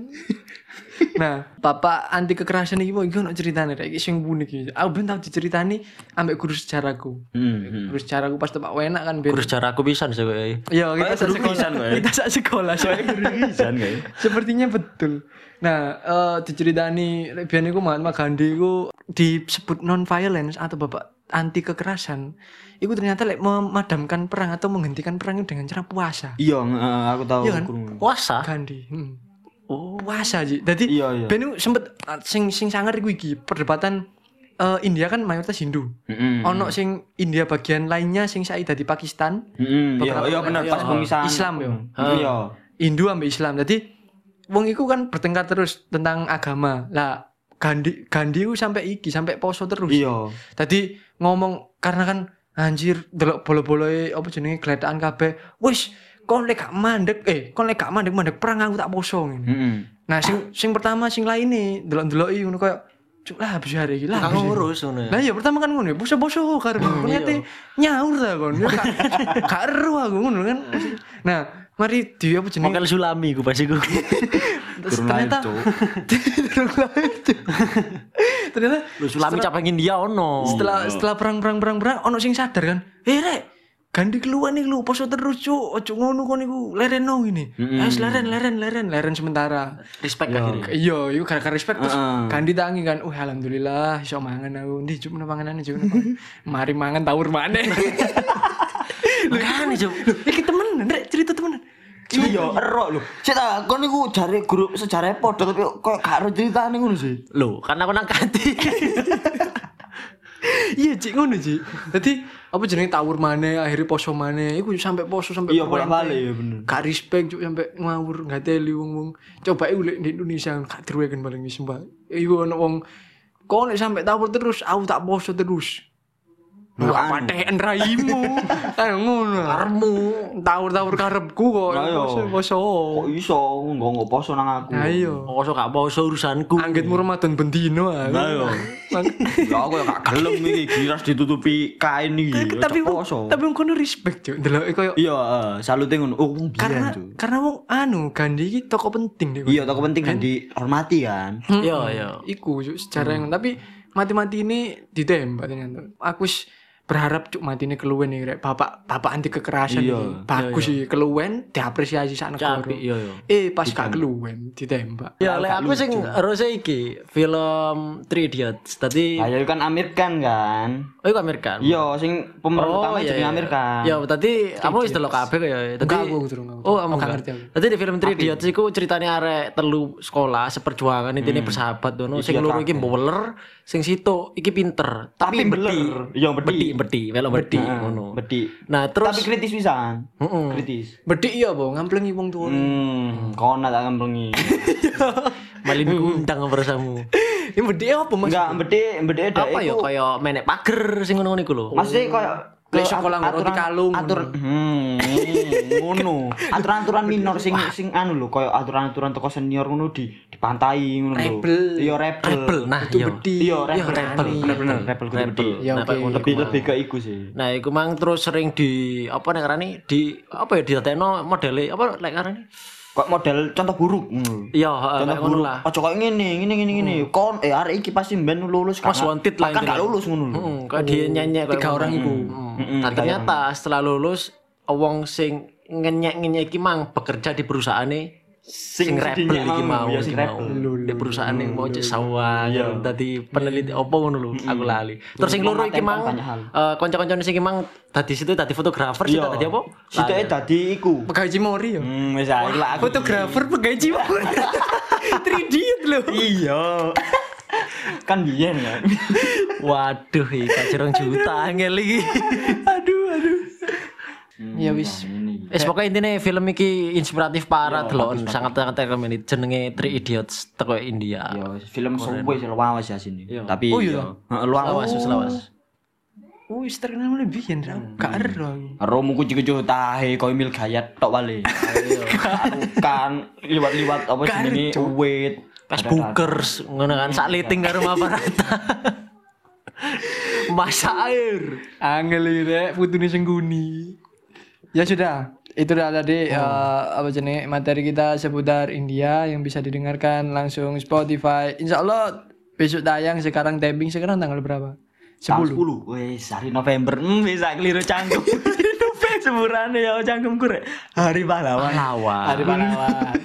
[SPEAKER 1] Nah, bapak anti kekerasan iki mau iki ono ceritane rek iki sing unik iki. Aku ben tau diceritani ambek guru sejarahku.
[SPEAKER 3] Hmm, hmm.
[SPEAKER 1] Guru sejarahku pas tepak enak kan ben.
[SPEAKER 2] Guru sejarah aku bisa sih koyo.
[SPEAKER 1] Iya, kita
[SPEAKER 3] Kayak
[SPEAKER 1] sak
[SPEAKER 3] guru
[SPEAKER 1] sekolah.
[SPEAKER 3] pisan, kayak.
[SPEAKER 1] Kita sak sekolah.
[SPEAKER 3] Pisan, kayak.
[SPEAKER 1] Sepertinya betul. Nah, eh diceritani lek biyen iku Mahatma Gandhi iku disebut non violence atau bapak anti kekerasan. Iku ternyata lek memadamkan perang atau menghentikan perang itu dengan cara puasa.
[SPEAKER 3] iya eh, aku tahu
[SPEAKER 1] Iya kan?
[SPEAKER 3] kurung.
[SPEAKER 2] Puasa.
[SPEAKER 1] Gandhi. Hmm. Puasa Ji. Jadi
[SPEAKER 3] Iya, iya.
[SPEAKER 1] ben iku sempet ah, sing sing sangar iku iki perdebatan eh, India kan mayoritas Hindu.
[SPEAKER 3] Mm-mm.
[SPEAKER 1] Ono sing India bagian lainnya sing saya dari Pakistan,
[SPEAKER 3] Mm-mm, Hmm, iya,
[SPEAKER 1] Beberapa
[SPEAKER 3] iya benar
[SPEAKER 1] orang-
[SPEAKER 3] pas
[SPEAKER 1] iya.
[SPEAKER 3] pemisahan Hmm.
[SPEAKER 1] Islam, yo.
[SPEAKER 3] Iya.
[SPEAKER 1] Hindu ambil Islam. Jadi wong iku kan bertengkar terus tentang agama. Lah Gandhi Gandhi iku sampai iki, sampai poso terus.
[SPEAKER 3] Iya.
[SPEAKER 1] Tadi ngomong karena kan anjir delok bolo-boloi apa jenenge gledekan kabeh. Wis kon lek gak mandek eh kon lek gak mandek mandek perang aku tak poso ngene.
[SPEAKER 3] Mm-mm.
[SPEAKER 1] Nah sing sing pertama sing laine delok-deloki ngono koyo cuk lah habis hari iki lah.
[SPEAKER 2] Kang
[SPEAKER 1] habis hari."
[SPEAKER 2] ngurus ngono ya.
[SPEAKER 1] Lah iya pertama kan ngono, boso-boso karo ngono ngate nyaur ta kon. Ya gak- Gak ero aku ngono kan. Nah, mari di apa jenenge?
[SPEAKER 2] Mokel sulami ku pasti
[SPEAKER 1] (laughs)
[SPEAKER 2] ku.
[SPEAKER 1] Terus
[SPEAKER 3] Turun lahir,
[SPEAKER 1] ternyata
[SPEAKER 3] Cuk.
[SPEAKER 1] (laughs) Turun lahir, Cuk. ternyata
[SPEAKER 2] Lu sulami cabang India
[SPEAKER 3] Oh,
[SPEAKER 2] ono.
[SPEAKER 1] setelah setelah perang perang perang perang ono sing sadar kan eh rek Gandhi keluar nih lu poso terus cuk ojo ngono kon iku leren no ini
[SPEAKER 3] Mm-mm.
[SPEAKER 1] Ayo leren leren leren leren sementara
[SPEAKER 2] Respect akhirnya.
[SPEAKER 1] iya iku gara-gara respect terus
[SPEAKER 3] Heeh.
[SPEAKER 1] Gandhi tangi kan uh alhamdulillah iso mangan aku ndi cuk menawa manganane cuk menawa
[SPEAKER 3] (laughs)
[SPEAKER 1] mangan." mari mangan tawur maneh
[SPEAKER 2] Kan Cuk.
[SPEAKER 1] Loh, iki temenan rek cerita temenan
[SPEAKER 3] Iya, ero lho. Sik ta, kon niku jare grup sejarah padha tapi kok gak ero critane ngono sih.
[SPEAKER 2] Loh, kan aku nang (laughs) kanti.
[SPEAKER 1] iya cik ngono cik jadi apa jenenge tawur mana akhirnya poso mana iku sampai poso sampai
[SPEAKER 3] Iya, bolak-balik, iya, bener.
[SPEAKER 1] gak respect cuk sampai ngawur gak teli wong wong coba iku lek di Indonesia gak diruwekan paling wis mbak iku ono wong kok nek sampai tawur terus aku tak poso terus Lu
[SPEAKER 3] Anu.
[SPEAKER 1] paten
[SPEAKER 3] (laughs)
[SPEAKER 1] raimu kan ngono karepmu tawur-tawur karepku kok
[SPEAKER 3] Lah, iya.
[SPEAKER 1] poso-poso
[SPEAKER 3] Kok iso nggo nggo poso nang aku.
[SPEAKER 1] ayo
[SPEAKER 2] Poso gak poso urusanku.
[SPEAKER 1] anggitmu Ramadan bendino ah.
[SPEAKER 3] Lah, iya.
[SPEAKER 1] Mang-
[SPEAKER 3] Ya aku ya gak gelem iki giras ditutupi kain iki. ya
[SPEAKER 1] tapi
[SPEAKER 3] cok
[SPEAKER 1] wong-
[SPEAKER 3] poso.
[SPEAKER 1] tapi wong kono respect cuk ndelok e koyo
[SPEAKER 3] Iya, eh, salute ngono. Oh, wong
[SPEAKER 1] karena
[SPEAKER 3] biyen tuh.
[SPEAKER 1] karena wong anu Gandhi iki tokoh penting deh.
[SPEAKER 3] Iya, tokoh penting kan dihormati kan.
[SPEAKER 1] Hmm.
[SPEAKER 2] Yo
[SPEAKER 1] ya.
[SPEAKER 2] yo.
[SPEAKER 1] Iku cuk,
[SPEAKER 3] Hmm.
[SPEAKER 1] sejarah yang tapi mati-mati ini ditembak ternyata. Aku wis berharap cuk mati ini keluwen nih rek. Bapak bapak anti kekerasan
[SPEAKER 3] Iya.
[SPEAKER 1] ini. Bagus sih keluwen diapresiasi sak negara.
[SPEAKER 2] Capi yo yo.
[SPEAKER 1] Eh pas gak keluwen ditembak.
[SPEAKER 2] Ya, oleh aku sing harusnya iki film Three Idiots. Tadi,
[SPEAKER 3] Ayo kan Amir Khan kan.
[SPEAKER 2] oh iku Amir Khan.
[SPEAKER 3] Iya, sing pemeran utama
[SPEAKER 2] iya,
[SPEAKER 3] jenenge
[SPEAKER 2] iya.
[SPEAKER 3] Amir Khan.
[SPEAKER 2] Ya, tadi kamu wis delok kabeh ya. Tadi
[SPEAKER 1] Enggak, aku durung, aku durung.
[SPEAKER 2] Oh,
[SPEAKER 1] Aku
[SPEAKER 2] kamu
[SPEAKER 1] gak
[SPEAKER 2] enggak
[SPEAKER 1] ngerti aku.
[SPEAKER 2] Tadi di film 3 Idiots iku ceritane arek telu sekolah seperjuangan intine bersahabat ngono. Sing
[SPEAKER 3] Idiot
[SPEAKER 2] loro iki bowler, sing situ iki pinter, tapi,
[SPEAKER 3] Tapi
[SPEAKER 2] beti.
[SPEAKER 3] beler. Iya, beti.
[SPEAKER 2] Beti, beti, melo beti
[SPEAKER 3] Nah,
[SPEAKER 2] ngono.
[SPEAKER 3] Bedi.
[SPEAKER 2] Nah,
[SPEAKER 3] Tapi
[SPEAKER 2] terus
[SPEAKER 3] kritis pisan.
[SPEAKER 2] Heeh.
[SPEAKER 3] Kritis.
[SPEAKER 1] (laughs) Bedik ya, Bo, ngamplengi wong tuwa.
[SPEAKER 2] (laughs)
[SPEAKER 3] Hmm, kau nak tak ngemplengi.
[SPEAKER 2] Malin gundang bersamu.
[SPEAKER 1] Ini bedhe apa Mas?
[SPEAKER 3] Enggak, mbede mbede dek
[SPEAKER 2] Apa ya
[SPEAKER 3] iku-
[SPEAKER 2] kaya menek pager sing ngono-ngono iku lho.
[SPEAKER 1] Oh,
[SPEAKER 3] Maksudnya koyo
[SPEAKER 1] Lek sekolah ngurut kalung.
[SPEAKER 3] Aturan hmm,
[SPEAKER 2] (laughs)
[SPEAKER 3] ngono. Aturan-aturan minor sing sing anu lho koyo aturan-aturan toko senior ngono di dipantai ngono lho.
[SPEAKER 1] Rebel.
[SPEAKER 3] Iya rebel.
[SPEAKER 2] Rebel nah
[SPEAKER 1] Itu
[SPEAKER 2] yo.
[SPEAKER 1] bedhe.
[SPEAKER 3] Iya rebel.
[SPEAKER 2] rebel.
[SPEAKER 3] Bener-bener rebel kudu
[SPEAKER 2] Rebel.
[SPEAKER 3] bedhe.
[SPEAKER 1] Ya,
[SPEAKER 2] Nah,
[SPEAKER 1] oke.
[SPEAKER 2] Pak, ngono
[SPEAKER 3] Lebih
[SPEAKER 2] kuwi.
[SPEAKER 3] lebih ke iku sih.
[SPEAKER 2] Nah, iku mang terus sering di apa nek ngarani di apa ya ditateno modele apa lek ngarani?
[SPEAKER 3] Kok model contoh buruk ngono. lho.
[SPEAKER 2] Iya, heeh,
[SPEAKER 3] Contoh
[SPEAKER 2] kayak ngono
[SPEAKER 3] buruk.
[SPEAKER 2] lah.
[SPEAKER 3] Ojo koyo ngene, ngene ngene ngene. Kon eh arek iki pasti ben lulus
[SPEAKER 2] Mas wanted lah
[SPEAKER 3] Kan gak
[SPEAKER 2] intinya. Hmm.
[SPEAKER 3] lulus ngono lho.
[SPEAKER 2] Heeh, kayak dia nyanyi kayak
[SPEAKER 1] Tiga
[SPEAKER 2] ngono.
[SPEAKER 1] orang iku.
[SPEAKER 2] Hmm.
[SPEAKER 3] Mm-mm,
[SPEAKER 2] Nah,
[SPEAKER 3] tiga
[SPEAKER 2] ternyata setelah lulus wong sing ngenyek-ngenyek iki mang bekerja di perusahaane sing, rebel
[SPEAKER 3] dinyek
[SPEAKER 2] iki
[SPEAKER 3] mau,
[SPEAKER 2] mau
[SPEAKER 3] ya,
[SPEAKER 2] iki
[SPEAKER 3] sing
[SPEAKER 2] mau
[SPEAKER 3] rebel.
[SPEAKER 2] di perusahaan yang mau cek sawah
[SPEAKER 3] Iya. Hmm.
[SPEAKER 2] ngono, ya. dadi peneliti opo ngono lho aku lali terus sing
[SPEAKER 3] Peneliti
[SPEAKER 2] loro iki
[SPEAKER 3] mematen
[SPEAKER 2] mang
[SPEAKER 3] banyak hal.
[SPEAKER 2] eh, kanca-kancane sing iki mang dadi situ dadi fotografer situ
[SPEAKER 3] Iya.
[SPEAKER 2] dadi apa
[SPEAKER 3] Sitoke
[SPEAKER 2] Lah,
[SPEAKER 3] dadi iku.
[SPEAKER 1] Pegawai Cimori ya.
[SPEAKER 3] Hmm, wis ae lah aku.
[SPEAKER 1] Fotografer pegawai
[SPEAKER 3] (laughs)
[SPEAKER 1] (laughs) Cimori. 3D lho.
[SPEAKER 3] Iya. kan biyen kan.
[SPEAKER 2] waduh iki jerong juta angel
[SPEAKER 3] (laughs)
[SPEAKER 2] iki
[SPEAKER 1] Aduh, aduh. Ya wis.
[SPEAKER 2] Wis pokoke intine film iki inspiratif parah
[SPEAKER 3] Iya,
[SPEAKER 2] delok sangat-sangat rekomendasi jenenge Three Idiots teko India
[SPEAKER 3] Ya film suwe sih lawas ya sini. Tapi
[SPEAKER 1] Oh, iya.
[SPEAKER 3] ya, heeh, lawas wis lawas.
[SPEAKER 1] Wis terkenal lebih biyen ra. Gak ero aku.
[SPEAKER 3] Romuku jiku tahe koyo mil gayat tok wale. Aku kan liwat-liwat apa
[SPEAKER 1] Kan,
[SPEAKER 3] jenenge
[SPEAKER 1] Cuk.
[SPEAKER 3] uwit.
[SPEAKER 2] Pas bookers ngono kan sak liting karo (laughs) Mabarata. Masak air.
[SPEAKER 1] Angel iki rek putune sing guni. Ya sudah, itu dah tadi eh, apa jenis materi kita seputar India yang bisa didengarkan langsung Spotify. Insya Allah besok tayang sekarang taping sekarang tanggal berapa?
[SPEAKER 3] 10.
[SPEAKER 1] 10
[SPEAKER 3] 10. Wis hari November. Hmm, wis aku keliru cangkem. Semburane ya cangkemku rek. Hari pahlawan.
[SPEAKER 2] Lawan.
[SPEAKER 1] hari (laughs) pahlawan.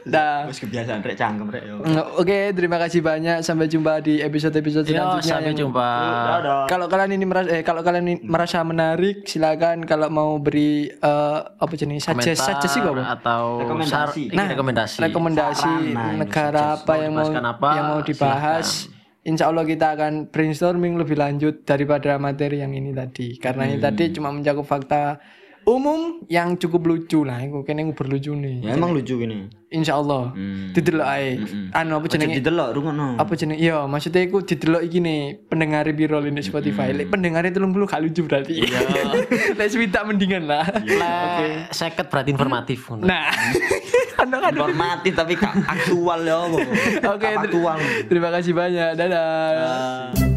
[SPEAKER 1] Dah. Mm,
[SPEAKER 3] Wis kebiasaan rek cangkem rek yo.
[SPEAKER 1] Oke, terima kasih banyak. Sampai jumpa di episode-episode
[SPEAKER 2] Yo,
[SPEAKER 1] selanjutnya.
[SPEAKER 2] sampai
[SPEAKER 1] yang-
[SPEAKER 2] jumpa.
[SPEAKER 3] Dadah. Hmm.
[SPEAKER 1] Kalau kalian ini merasa eh kalau kalian ini merasa menarik, silakan kalau mau beri eh, apa jenis
[SPEAKER 2] Komentar
[SPEAKER 1] suggest suggest sih apa?
[SPEAKER 2] atau
[SPEAKER 3] Rekomendasi.
[SPEAKER 2] sar- ini
[SPEAKER 1] Nah,
[SPEAKER 2] rekomendasi.
[SPEAKER 1] rekomendasi
[SPEAKER 3] Saran, nah, ini
[SPEAKER 1] negara
[SPEAKER 2] suggest.
[SPEAKER 1] apa
[SPEAKER 2] Mau
[SPEAKER 1] yang mau
[SPEAKER 2] dibahaskan apa,
[SPEAKER 1] yang mau dibahas. Insya Allah kita akan brainstorming lebih lanjut daripada materi yang ini tadi. Karena ini tadi
[SPEAKER 3] Hmm.
[SPEAKER 1] cuma mencakup fakta umum yang cukup lucu lah. Aku kene berlucu nih.
[SPEAKER 3] Ya emang lucu gini.
[SPEAKER 1] Insya Allah.
[SPEAKER 3] Hmm.
[SPEAKER 1] Didelok ae. Anu apa jenenge?
[SPEAKER 3] Jadi delok rungono.
[SPEAKER 1] apa jeneng iya maksudnya aku didelok iki nih pendengar biro ini Spotify lek pendengar itu belum gak lucu berarti iya (laughs) lek minta mendingan lah
[SPEAKER 2] Oke. Seket berarti informatif. ngono.
[SPEAKER 1] nah (laughs) anda kan
[SPEAKER 3] Informatif tapi gak aktual ya. Oke.
[SPEAKER 1] oke ter-
[SPEAKER 3] Aktual.
[SPEAKER 1] terima kasih banyak dadah
[SPEAKER 3] Ah.